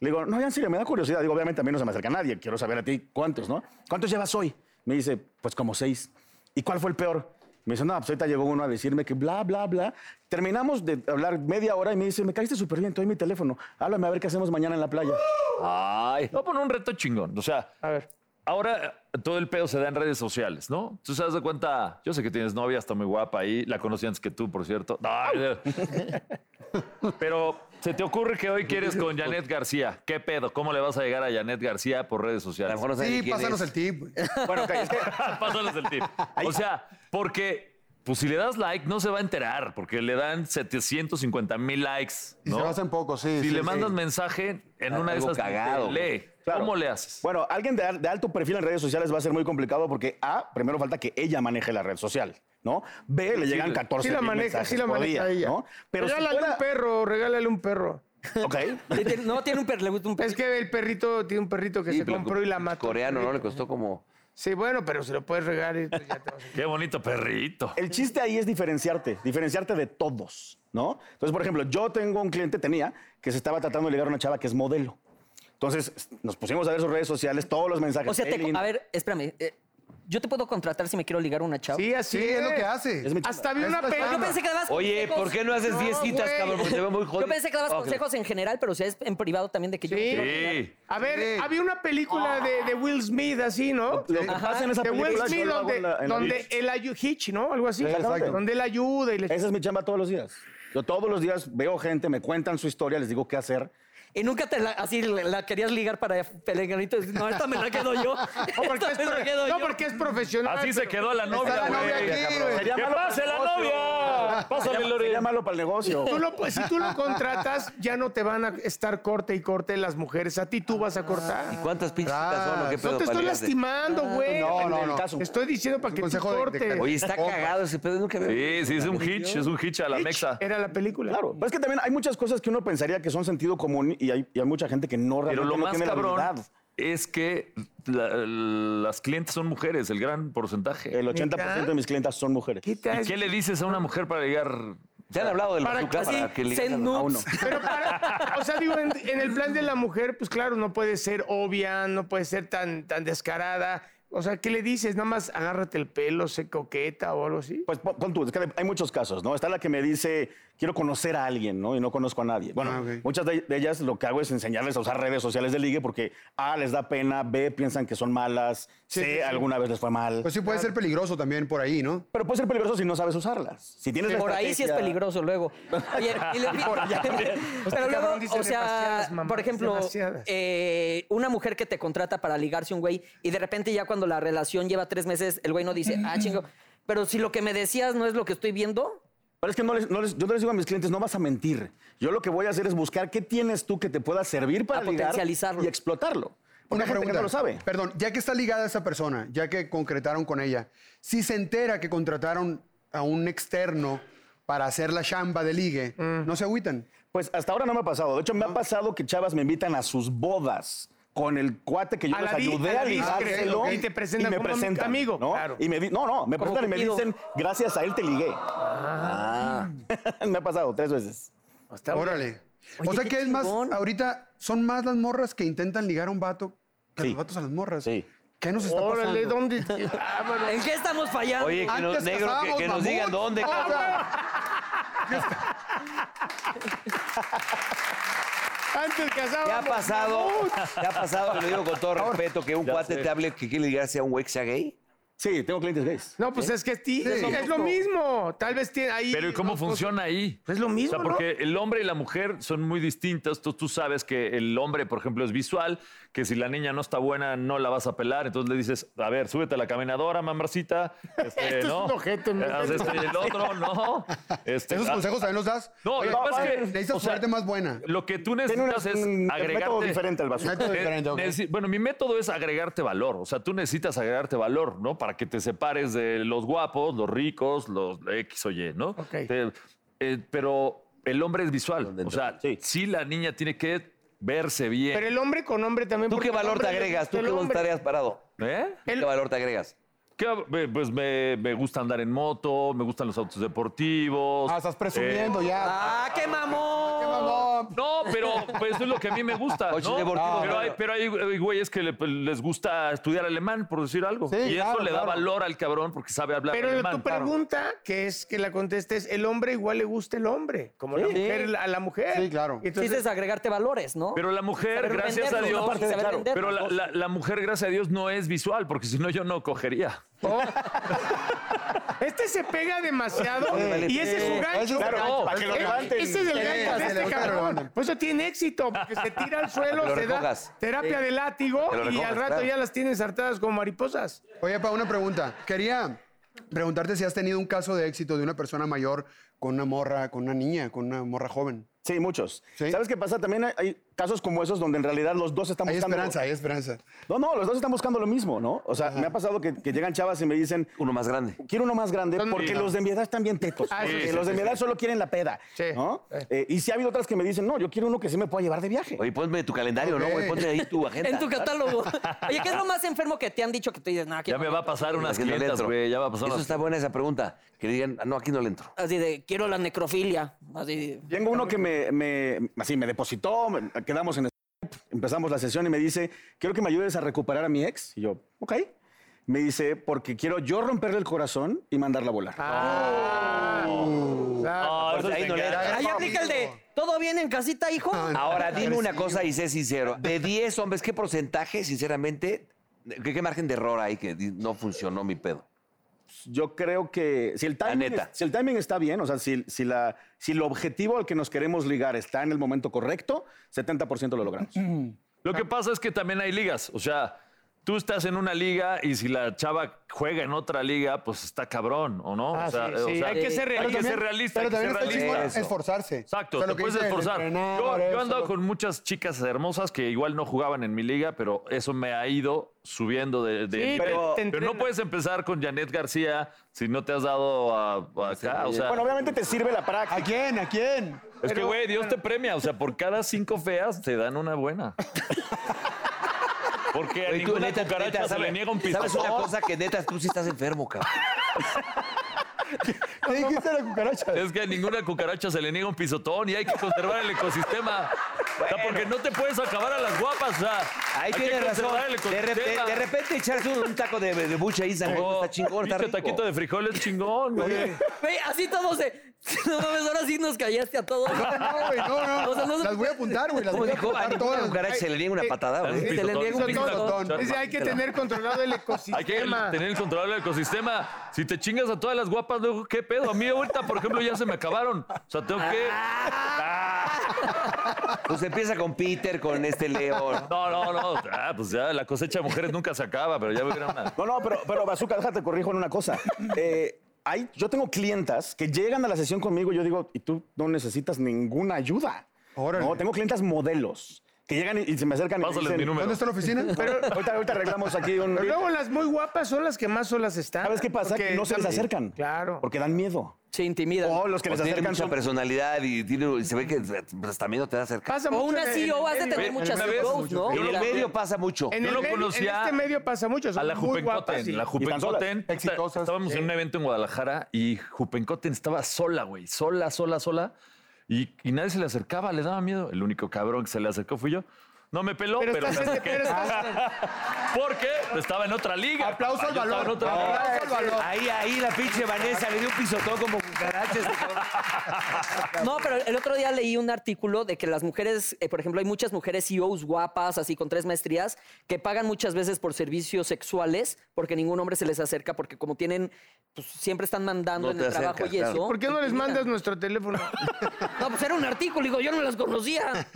S6: Le digo, no, ya en serio, me da curiosidad. Digo, obviamente a mí no se me acerca nadie, quiero saber a ti cuántos, ¿no? ¿Cuántos llevas hoy? Me dice, pues como seis. ¿Y cuál fue el peor? Me dice, no, pues ahorita llegó uno a decirme que bla, bla, bla. Terminamos de hablar media hora y me dice, me caíste súper bien, te doy mi teléfono. Háblame a ver qué hacemos mañana en la playa.
S4: Ay. Voy a poner un reto chingón. O sea,
S3: A ver.
S4: ahora eh, todo el pedo se da en redes sociales, ¿no? Tú se das de cuenta, yo sé que tienes novia, está muy guapa ahí, la conocí antes que tú, por cierto. Ay, Pero se te ocurre que hoy quieres con Janet García. ¿Qué pedo? ¿Cómo le vas a llegar a Janet García por redes
S1: A lo
S4: sociales?
S1: mejor no sabe ni
S5: Sí,
S1: quién
S5: pásanos
S1: es.
S5: el tip. güey.
S4: Bueno, ok, es que- Pásanos el tip. O sea, porque pues si le das like no se va a enterar, porque le dan 750 mil likes.
S5: Y
S4: ¿no?
S5: se basan poco, sí.
S4: Si
S5: sí,
S4: le
S5: sí.
S4: mandas mensaje en una de
S1: algo
S4: esas, ni te
S1: cagado,
S4: lee.
S6: Claro.
S4: ¿Cómo le haces?
S6: Bueno, alguien de, al- de alto perfil en redes sociales va a ser muy complicado porque A, primero falta que ella maneje la red social, ¿no? B, le llegan 14
S3: Sí la
S6: mil
S3: maneja,
S6: mensajes
S3: sí la
S6: por
S3: maneja
S6: día,
S3: ella.
S6: ¿no? Pero si
S3: regálale un perro, regálale un perro.
S6: fuera- Ok.
S2: Sí, tiene- No, tiene un perro, le gusta un perro.
S3: Es que el perrito tiene un perrito que
S1: Sí,
S3: se
S1: pero
S3: compró y la mató.
S1: Coreano, ¿no? Le costó como.
S3: Sí, bueno, pero se lo puedes regalar y pues, ya te vas a...
S4: Qué bonito perrito.
S6: El chiste ahí es diferenciarte, diferenciarte de todos, ¿no? Entonces, por ejemplo, yo tengo un cliente, tenía, que se estaba tratando de ligar a una chava que es modelo. Entonces, nos pusimos a ver sus redes sociales, todos los mensajes.
S2: O sea, te-
S6: Elin,
S2: a ver, espérame. eh, yo te puedo contratar si me quiero ligar a una chava.
S3: Sí, así
S5: Sí, es lo que hace.
S6: es mi
S3: Hasta vi
S5: Es
S3: una
S5: la
S3: película.
S2: Yo pensé que dabas
S1: Oye,
S2: consejos.
S1: ¿por qué no haces 10
S3: No,
S1: citas,
S3: güey.
S1: cabrón? Porque te veo muy jodido.
S2: Yo pensé que dabas
S1: Ah, ok.
S2: consejos en general, pero o sea, es en privado también de que yo.
S3: Sí.
S2: quiero ligar.
S4: Sí.
S3: A ver, había una película de, de Will Smith así, ¿no?
S6: Ah. Lo que pasa en esa
S3: de Will
S6: película, yo
S3: Smith,
S6: lo hago
S3: donde,
S6: en la- en la
S3: donde
S6: beach.
S3: él ayuda, Hitch, ¿no? Algo así.
S6: exacto.
S3: donde él ayuda y le...
S2: pues
S6: Esa es mi chamba todos los días. Yo todos los días veo gente, me cuentan su historia, les digo qué hacer.
S2: Y nunca te la, así la, la querías ligar para peleganito. No, esta me la quedo yo.
S3: No, porque
S2: Esta
S3: es,
S2: me la
S3: profe-
S2: quedo
S3: no,
S2: yo.
S3: porque es profesional.
S4: Así se
S3: pero-
S4: quedó la novia,
S5: la novia
S4: güey.
S5: aquí, güey.
S4: ¡Que pase la novia! Pásale, Lore.
S6: Sería malo para el negocio.
S3: Tú lo- pues, si tú lo contratas, ya no te van a estar corte y corte las mujeres. A ti tú
S5: Ah.
S3: vas a cortar.
S1: ¿Y cuántas pinches citas son o qué pedo?
S3: no te
S1: para
S3: estoy
S1: ligarte?
S3: lastimando, güey.
S5: Ah, No, no,
S6: En el
S5: no.
S6: caso.
S3: Te estoy diciendo para que tú
S5: consejo de- de
S3: cortes.
S5: carácter.
S1: Oye, está cagado ese pedo, nunca veo.
S4: Sí, sí, es un hitch, es un hitch a la
S3: Hitch
S4: mexa.
S3: Era la película.
S6: Claro, pero es que también hay muchas cosas que uno pensaría que son sentido común y hay, y hay mucha gente que no realmente
S4: Pero lo
S6: no
S4: más
S6: tiene
S4: cabrón
S6: la habilidad.
S4: es que la- las clientes son mujeres, el gran porcentaje.
S6: El 80% de mis clientes son mujeres.
S3: ¿Qué te
S4: ¿Y
S3: haces?
S4: qué le dices a una mujer para llegar?
S1: ¿Te han hablado del
S3: Para-
S1: bazooka
S2: así,
S1: para que le
S2: send
S1: a uno?
S2: nudes.
S3: Pero para- o sea, digo, en, en el plan de la mujer, pues claro, no puede ser obvia, no puede ser tan, tan descarada. O sea, ¿qué le dices? Nada más agárrate el pelo, sé coqueta o algo así.
S6: Pues pon pon tú, es que hay muchos casos, ¿no? Está la que me dice, quiero conocer a alguien, ¿no? Y no conozco a nadie. Bueno,
S5: Ah, ok.
S6: muchas de, de ellas lo que hago es enseñarles a usar redes sociales de ligue porque A, les da pena, B, piensan que son malas,
S5: Sí,
S6: C,
S5: sí, sí.
S6: alguna vez les fue mal.
S5: Pues sí puede ser peligroso también por ahí, ¿no?
S6: Pero puede ser peligroso si no sabes usarlas. Si tienes la
S2: Por ahí sí es
S6: estrategia-
S2: peligroso luego. Oye, y le- pero luego,
S3: Pues cabrón, dice
S2: o sea,
S3: demasiadas mamadas,
S2: por ejemplo,
S3: demasiadas.
S2: eh, una mujer que te contrata para ligarse un güey y de repente ya cuando la relación lleva tres meses, el güey no dice, ah, chingo, pero si lo que me decías no es lo que estoy viendo,
S6: Pero es que no les, no les- yo no les digo a mis clientes, no vas a mentir. Yo lo que voy a hacer es buscar qué tienes tú que te pueda servir para
S2: A
S6: ligar
S2: potencializarlo.
S6: y explotarlo. Porque
S5: Una
S6: hay gente que
S5: pregunta.
S6: no lo sabe.
S5: Perdón, ya que está ligada a esa persona, ya que concretaron con ella, si se entera que contrataron a un externo para hacer la chamba de ligue,
S4: Mm.
S5: no se agüitan.
S6: Pues hasta ahora no me ha pasado. De hecho,
S5: Ah.
S6: me ha pasado que chavas me invitan a sus bodas con el cuate que yo
S3: A
S6: les
S3: la di-
S6: ayudé
S3: a
S6: a,
S3: la discre,
S6: ligárselo
S3: ok. Y te presentan
S6: me
S3: como am-
S6: presentan,
S3: amigo,
S6: ¿no?
S3: claro.
S6: Y me di- no, no, me
S2: Como
S6: presentan y me
S2: Cupido.
S6: dicen, gracias a él te ligué. Ah.
S3: Mm.
S6: me ha pasado tres veces.
S5: Órale. o
S2: Oye,
S5: sea
S2: qué
S5: que es más,
S2: chingón.
S5: ahorita son más las morras que intentan ligar a un vato que
S6: Sí.
S5: los vatos a las morras.
S6: Sí.
S5: ¿Qué nos está
S3: Órale,
S5: pasando?
S3: ¿dónde? Ah, bueno.
S2: ¿en qué estamos fallando?
S1: Oye, que nos,
S5: Antes
S1: negro, que- que,
S5: cazábamos
S1: nos digan
S5: mamut.
S1: dónde.
S5: Ah,
S1: cabrón.
S3: Antes
S1: ¿Te ha
S3: casábamos.
S1: pasado? ¿Te ha pasado? Te lo digo con todo respeto, que un
S4: Ya
S1: cuate
S4: sé.
S1: te hable que quiere ligarse a un güey que sea gay.
S6: Sí, tengo clientes gays.
S3: No,
S1: ¿Eh?
S3: pues es que ti-
S5: Sí.
S3: es, es lo mismo. Tal vez tiene ahí.
S4: Pero ¿y cómo
S3: dos cosas.
S4: funciona ahí?
S3: Pues es lo mismo,
S4: O sea, porque el hombre y la mujer son muy distintos. Tú, tú sabes que el hombre, por ejemplo, es visual, que si la niña no está buena, no la vas a pelar. Entonces le dices, a ver, súbete a la caminadora, mamarcita. Este,
S3: Esto es
S4: ¿no.
S3: un ojete, ¿no?
S4: Haces el otro, no. Este,
S5: ¿Esos
S4: ah,
S5: consejos también los das?
S4: No,
S5: Oye,
S4: lo que pasa es que,
S5: necesitas
S4: o sea,
S5: ponerte más buena.
S4: Lo que tú
S3: Pues
S6: Tiene un,
S4: necesitas es
S6: un método
S4: agregarte...
S6: diferente al vaso.
S5: Método
S4: Eh,
S5: diferente, ok.
S4: necesi- Bueno, mi método es agregarte valor. O sea, tú necesitas agregarte valor, ¿no? Para que te separes de los guapos, los ricos, los X o Y, ¿no?
S3: Ok.
S4: Te- eh, pero el hombre es visual. O sea,
S6: Sí.
S4: sí. la niña tiene que verse bien.
S3: Pero el hombre con hombre también.
S1: ¿Tú
S3: porque
S1: qué
S3: al
S1: valor te
S3: hombre le
S1: agregas?
S3: gusta
S1: ¿Tú
S3: el
S1: qué
S3: hombre.
S1: estarías parado?
S4: ¿Eh?
S1: ¿Qué
S3: El-
S1: valor te agregas?
S4: ¿Qué hab- me- pues me, me gusta andar en moto, me gustan los autos deportivos.
S5: Ah, estás presumiendo
S6: Eh,
S5: ya.
S2: ¡Ah, qué mamón!
S5: ¡Qué mamón!
S4: No, pero pues, eso es lo que a mí me gusta.
S1: Coches
S4: ¿no?
S1: deportivos,
S4: pero,
S1: no.
S4: hay, pero hay, eh, güeyes que le- pues, les gusta estudiar alemán, por decir algo.
S5: Sí,
S4: y
S5: claro,
S4: eso le da
S5: claro.
S4: valor al cabrón porque sabe hablar
S3: Pero
S4: alemán.
S3: tu pregunta, que es que la contestes, el hombre igual le gusta el hombre, como la
S2: Sí.
S3: mujer la- a la mujer.
S5: Sí, claro.
S3: Y entonces-
S2: Sí, es agregarte valores, ¿no?
S4: Pero la mujer,
S2: Saber
S4: gracias a
S2: venderlos,
S4: Dios.
S2: ¿no? Aparte de-
S4: claro,
S2: saber
S4: pero la,
S2: venderlos.
S4: la- la mujer, gracias a Dios, no es visual, porque si no, yo no cogería.
S3: Oh. este se pega demasiado y ese es su gancho.
S5: Claro,
S4: no,
S5: para que lo
S3: Eh,
S5: levanten.
S3: Ese es el
S5: Sí,
S3: gancho de
S5: para que
S3: este
S5: lo levanten.
S3: cabrón. Por eso tiene éxito, porque se tira al suelo,
S1: Para que
S3: se
S1: lo
S3: da
S1: recojas.
S3: terapia de látigo
S1: Que lo
S3: y al
S1: recojas,
S3: rato
S1: claro.
S3: ya las tienes hartadas como mariposas.
S5: Oye, para una pregunta. Quería preguntarte si has tenido un caso de éxito de una persona mayor con una morra, con una niña, con una morra joven.
S6: Sí, muchos.
S5: Sí.
S6: ¿Sabes qué pasa? También hay, hay casos como esos donde en realidad los dos están
S5: Hay
S6: buscando...
S5: esperanza, hay esperanza.
S6: No, no, los dos están buscando lo mismo, ¿no? O sea, me ha pasado que, que llegan chavas y me dicen,
S1: Uno más grande.
S6: quiero uno más grande porque los de mi edad están bien tetos.
S3: Ah, sí,
S6: porque
S3: sí,
S6: los de mi edad solo quieren la peda,
S3: Sí.
S6: ¿no?
S3: Sí.
S6: Eh, y sí ha habido otras que me dicen, no, yo quiero uno que sí me pueda llevar de viaje.
S1: Oye, ponme tu calendario, ¿no, güey?
S5: Ok.
S1: Ponte ahí tu agenda.
S2: En tu catálogo. Oye, ¿qué es lo más enfermo que te han dicho que te dices, no, aquí
S4: Ya
S2: no
S4: me va a pasar unas
S1: Aquí no le
S4: 500,
S1: entro.
S4: güey. Ya va a pasar
S1: Eso
S4: unas-
S1: está buena esa pregunta. Que digan, "Ah, no, aquí no le entro.
S2: Así de, quiero la necrofilia. Así.
S6: Tengo uno que me, me- así, me depositó, me- quedamos en Skype, empezamos la sesión y me dice, quiero que me ayudes a recuperar a mi ex. Y yo, ok. Me dice, porque quiero yo romperle el corazón y mandarla a volar.
S4: Ah, eso es
S1: ahí no le
S4: venganza.
S1: entro.
S2: Ahí aplica el de, ¿todo bien en casita, hijo?
S1: Ahora, dime una cosa y sé sincero. De 10 hombres, ¿qué porcentaje, sinceramente, qué, qué margen de error hay que di- no funcionó mi pedo?
S6: Yo creo que si el timing,
S1: neta.
S6: si el timing está bien, o sea, si, si, la, si el objetivo al que nos queremos ligar está en el momento correcto, 70% lo logramos.
S3: Mm.
S4: Lo que pasa es que también hay ligas. O sea, tú estás en una liga y si la chava juega en otra liga, pues está cabrón, ¿o no?
S3: Ah,
S4: o sea,
S3: sí, sí,
S4: o sea,
S3: hay que ser
S4: hay
S3: realista.
S4: que ser realista.
S5: Pero
S4: hay que
S5: también
S4: ser
S5: está
S4: realista.
S5: chingón
S1: Eso.
S5: esforzarse.
S4: Exacto,
S5: O sea,
S4: te
S5: lo que
S4: puedes
S5: dice el
S4: esforzar.
S5: entrenar,
S4: Yo, yo he
S5: eso,
S4: andado
S5: lo-
S4: con muchas chicas hermosas que igual no jugaban en mi liga, pero eso me ha ido subiendo de,
S3: Sí,
S4: de nivel.
S3: pero
S4: Pero,
S3: te
S4: no
S3: entrena.
S4: puedes empezar con Janet García si no te has dado a, a acá. O sea,
S6: Bueno, obviamente te sirve la práctica.
S5: ¿A quién? ¿A quién?
S4: es que, güey, Dios te premia. O sea, por cada cinco feas te dan una buena. Porque a
S1: Oye, tú,
S4: ninguna
S1: neta,
S4: cucaracha
S1: neta,
S4: se le
S1: ¿sabes-
S4: niega un
S1: ¿Sabes una
S4: pistón.
S1: cosa que neta tú sí estás enfermo, cabrón?
S5: ¿Qué dijiste la cucaracha?
S4: Es que a ninguna cucaracha se le niega un pisotón y hay que conservar el ecosistema. O sea, porque no te puedes acabar a las guapas. O sea,
S1: Ahí
S4: hay que
S1: tienes razón.
S4: conservar el
S1: De repente,
S4: ecosistema.
S1: de repente echarse un, un taco de, de bucha ahí, San Juan,
S4: No,
S1: está chingón, está
S4: pinche
S1: rico.
S4: taquito de frijoles chingón, güey.
S2: Güey, así todos de, no mames, ahora sí nos callaste a todos.
S5: No, güey, no, no.
S2: O sea, no se
S5: las voy a
S2: puede-
S5: apuntar, güey. Las
S1: Como
S5: voy a
S1: dijo, a
S5: apuntar
S1: ninguna
S5: todas.
S1: cucaracha se le niega
S6: Eh,
S1: una patada,
S4: Dale un
S1: güey.
S2: Te le
S4: pisotón,
S2: niega un
S4: sí,
S2: pisotón.
S4: pisotón.
S5: Pisotón.
S3: Es decir, hay que tener controlado el ecosistema.
S4: Hay que tener controlado el ecosistema. Si te chingas a todas las guapas, luego, ¿qué pedo? A mí ahorita, por ejemplo, ya se me acabaron. O sea, tengo que...
S1: Ah. Pues empieza con Peter, con este Leo.
S4: No, no, no. Ah, pues ya la cosecha de mujeres nunca se acaba, pero ya me hubiera una...
S6: No, no, pero, pero Bazooka, déjate corrijo en una cosa. Eh, hay, yo tengo clientas que llegan a la sesión conmigo y yo digo, y tú no necesitas ninguna ayuda.
S5: Órale.
S6: No, tengo clientas modelos que llegan y, y se me acercan
S4: Pásales
S6: y me
S4: mi
S6: dicen,
S4: número.
S5: ¿Dónde está la oficina?
S6: Pero ahorita, ahorita arreglamos aquí un...
S3: Pero luego las muy guapas son las que más solas están.
S6: ¿Sabes qué pasa?
S3: Porque
S6: que no se les
S3: también-
S6: acercan.
S3: Claro.
S6: Porque dan miedo.
S2: Se intimidan.
S3: Oh,
S6: O los que
S1: O
S6: les
S1: tiene
S6: acercan
S1: mucha
S6: son...
S1: personalidad y, tiene- y se ve que pues, también no te da
S6: Ah,
S1: cerca.
S3: Pasa
S2: O
S3: mucho
S2: una
S3: en el
S2: CEO, has de
S3: medio.
S2: tener muchas
S4: una vez-
S2: CEOs, ¿no?
S1: En el
S2: Mira,
S1: medio pasa mucho.
S3: En
S4: Yo
S3: el
S4: lo
S3: medio-
S4: conocía
S3: En este medio pasa mucho. Son
S4: A la
S3: muy
S4: Jupencoten,
S3: guapas. sí.
S4: la Jupencoten.
S6: solas,
S5: exitosas.
S4: Estábamos en un evento en Guadalajara y Jupencoten estaba sola, güey, sola, sola, sola. Y, y nadie se le acercaba, le daba miedo. El único cabrón que se le acercó fui yo. No me peló, pero,
S3: Pero estás-
S4: me acerqué.
S3: pero
S4: Porque estaba en otra liga.
S5: Aplauso
S4: Ah,
S5: al
S4: yo estaba
S5: valor.
S4: en otra liga.
S5: Aplauso al valor.
S1: Ahí, ahí la pinche Vanessa le dio un pisotón como cucarachas.
S2: No, pero el otro día leí un artículo de que las mujeres, eh, por ejemplo, hay muchas mujeres CEOs guapas, así con tres maestrías, que pagan muchas veces por servicios sexuales porque ningún hombre se les acerca, porque como tienen, pues siempre están mandando
S1: No
S2: en
S1: te
S2: el trabajo
S1: acercas,
S2: y
S1: claro.
S2: eso.
S3: ¿Por qué no les
S2: intimidan.
S3: mandas nuestro teléfono?
S2: No, pues era un artículo, digo, yo no las conocía.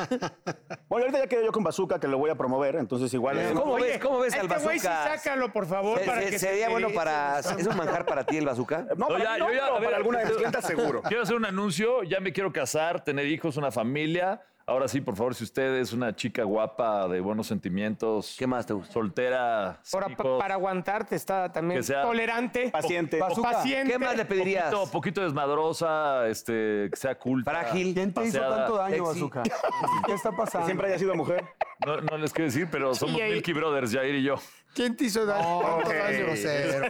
S6: Bueno, ahorita ya quedé yo con Bazooka, que lo voy a promover, entonces igual...
S4: Eh,
S1: ¿Cómo
S3: Oye,
S1: ves, cómo ves
S3: a
S1: al
S3: Este güey sí
S1: bazooka?
S3: sácalo, por favor,
S1: Se-
S3: para
S1: se-
S3: que
S1: sería
S3: se
S1: bueno
S3: enderece.
S1: para. ¿Es un manjar para ti el bazooka?
S4: No,
S6: No, para
S4: ya,
S6: mí no,
S4: yo ya,
S6: pero
S4: a ver,
S6: para alguna de mis
S4: esto-
S6: clientas seguro.
S4: Quiero hacer un anuncio, ya me quiero casar, tener hijos, una familia. Ahora sí, por favor, si usted es una chica guapa, de buenos sentimientos,
S1: ¿Qué más te gusta?
S4: soltera, sin
S3: Ahora, pa-
S4: hijos,
S3: para aguantarte está también
S4: Que sea-
S3: tolerante.
S6: Paciente.
S3: O paciente.
S1: ¿Qué más le pedirías?
S4: poquito, poquito desmadrosa, este, que sea culta.
S1: Frágil.
S5: ¿Quién te hizo
S4: paseada.
S5: tanto daño,
S1: Sexy.
S5: Bazooka? ¿Qué está
S6: Que
S5: pasando?
S6: siempre haya sido mujer.
S4: No, no les quiero decir, pero somos
S3: ahí-
S4: Milky Brothers, Jair y yo.
S3: ¿Quién te hizo daño?
S5: No seas grosero.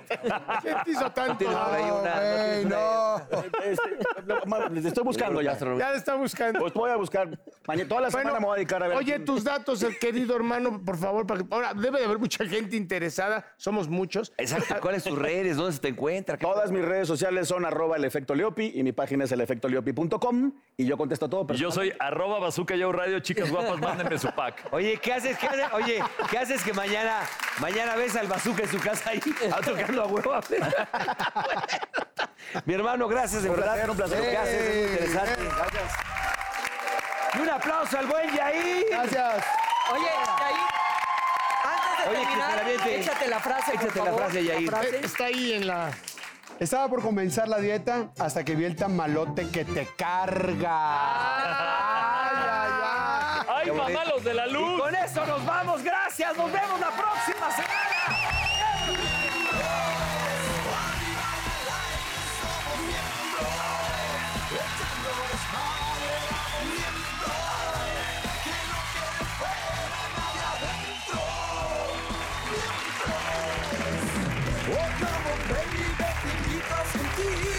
S3: ¿Quién te hizo tanto
S1: Tienes por ahí
S3: daño?
S1: una-
S5: Güey, no.
S6: Este, lo- ma- les estoy buscando ya.
S3: Ya le está buscando.
S6: Pues voy a buscar. Mañana, toda la semana me voy a dedicar a ver.
S3: Oye, tus datos, el querido hermano, por favor. Para que- ahora, debe de haber mucha gente interesada. Somos muchos.
S1: Exacto, ¿cuáles tus redes? ¿Dónde se te encuentra? ¿Qué-
S6: Todas mis redes sociales son arroba el efecto Leopi y mi página es elefectoliopi.com y yo contesto todo.
S4: Y
S6: Pero
S4: yo soy arroba bazooka yo radio, chicas guapas, mándenme su pack.
S1: Oye, ¿qué haces? ¿Qué haces? Oye, ¿qué haces que mañana, mañana ves al bazooka en su casa ahí a tocarlo a huevo? Mi hermano, gracias, de verdad.
S6: placer, un placer.
S1: Lo que haces es muy interesante. Gracias. Y un aplauso al buen Yair.
S5: Gracias.
S2: Oye, Yair, antes de
S1: Oye,
S2: terminar,
S1: Cristian,
S2: échate la frase, por
S1: échate la
S2: favor,
S1: frase, Yair.
S5: Eh,
S2: frase.
S3: Está ahí en la.
S5: Estaba por comenzar la dieta hasta que vi el tamalote que te carga. Ay, ay, ay.
S4: ¡Ay, mamá, los de la
S1: Y
S4: luz!
S1: con eso nos vamos. Gracias. Nos vemos la próxima semana.
S7: Otra baby, te invito a sentir.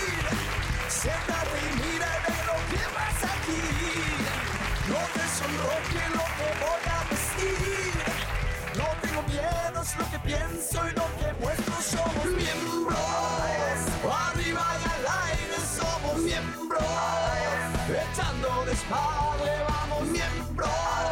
S7: Siéntate y mira de lo que pasa aquí. No te sonroje lo que voy a decir. No tengo miedo, es lo que pienso y lo que muestro. Somos miembros. Arriba y al aire somos miembros. Echando desmadre, vamos miembros.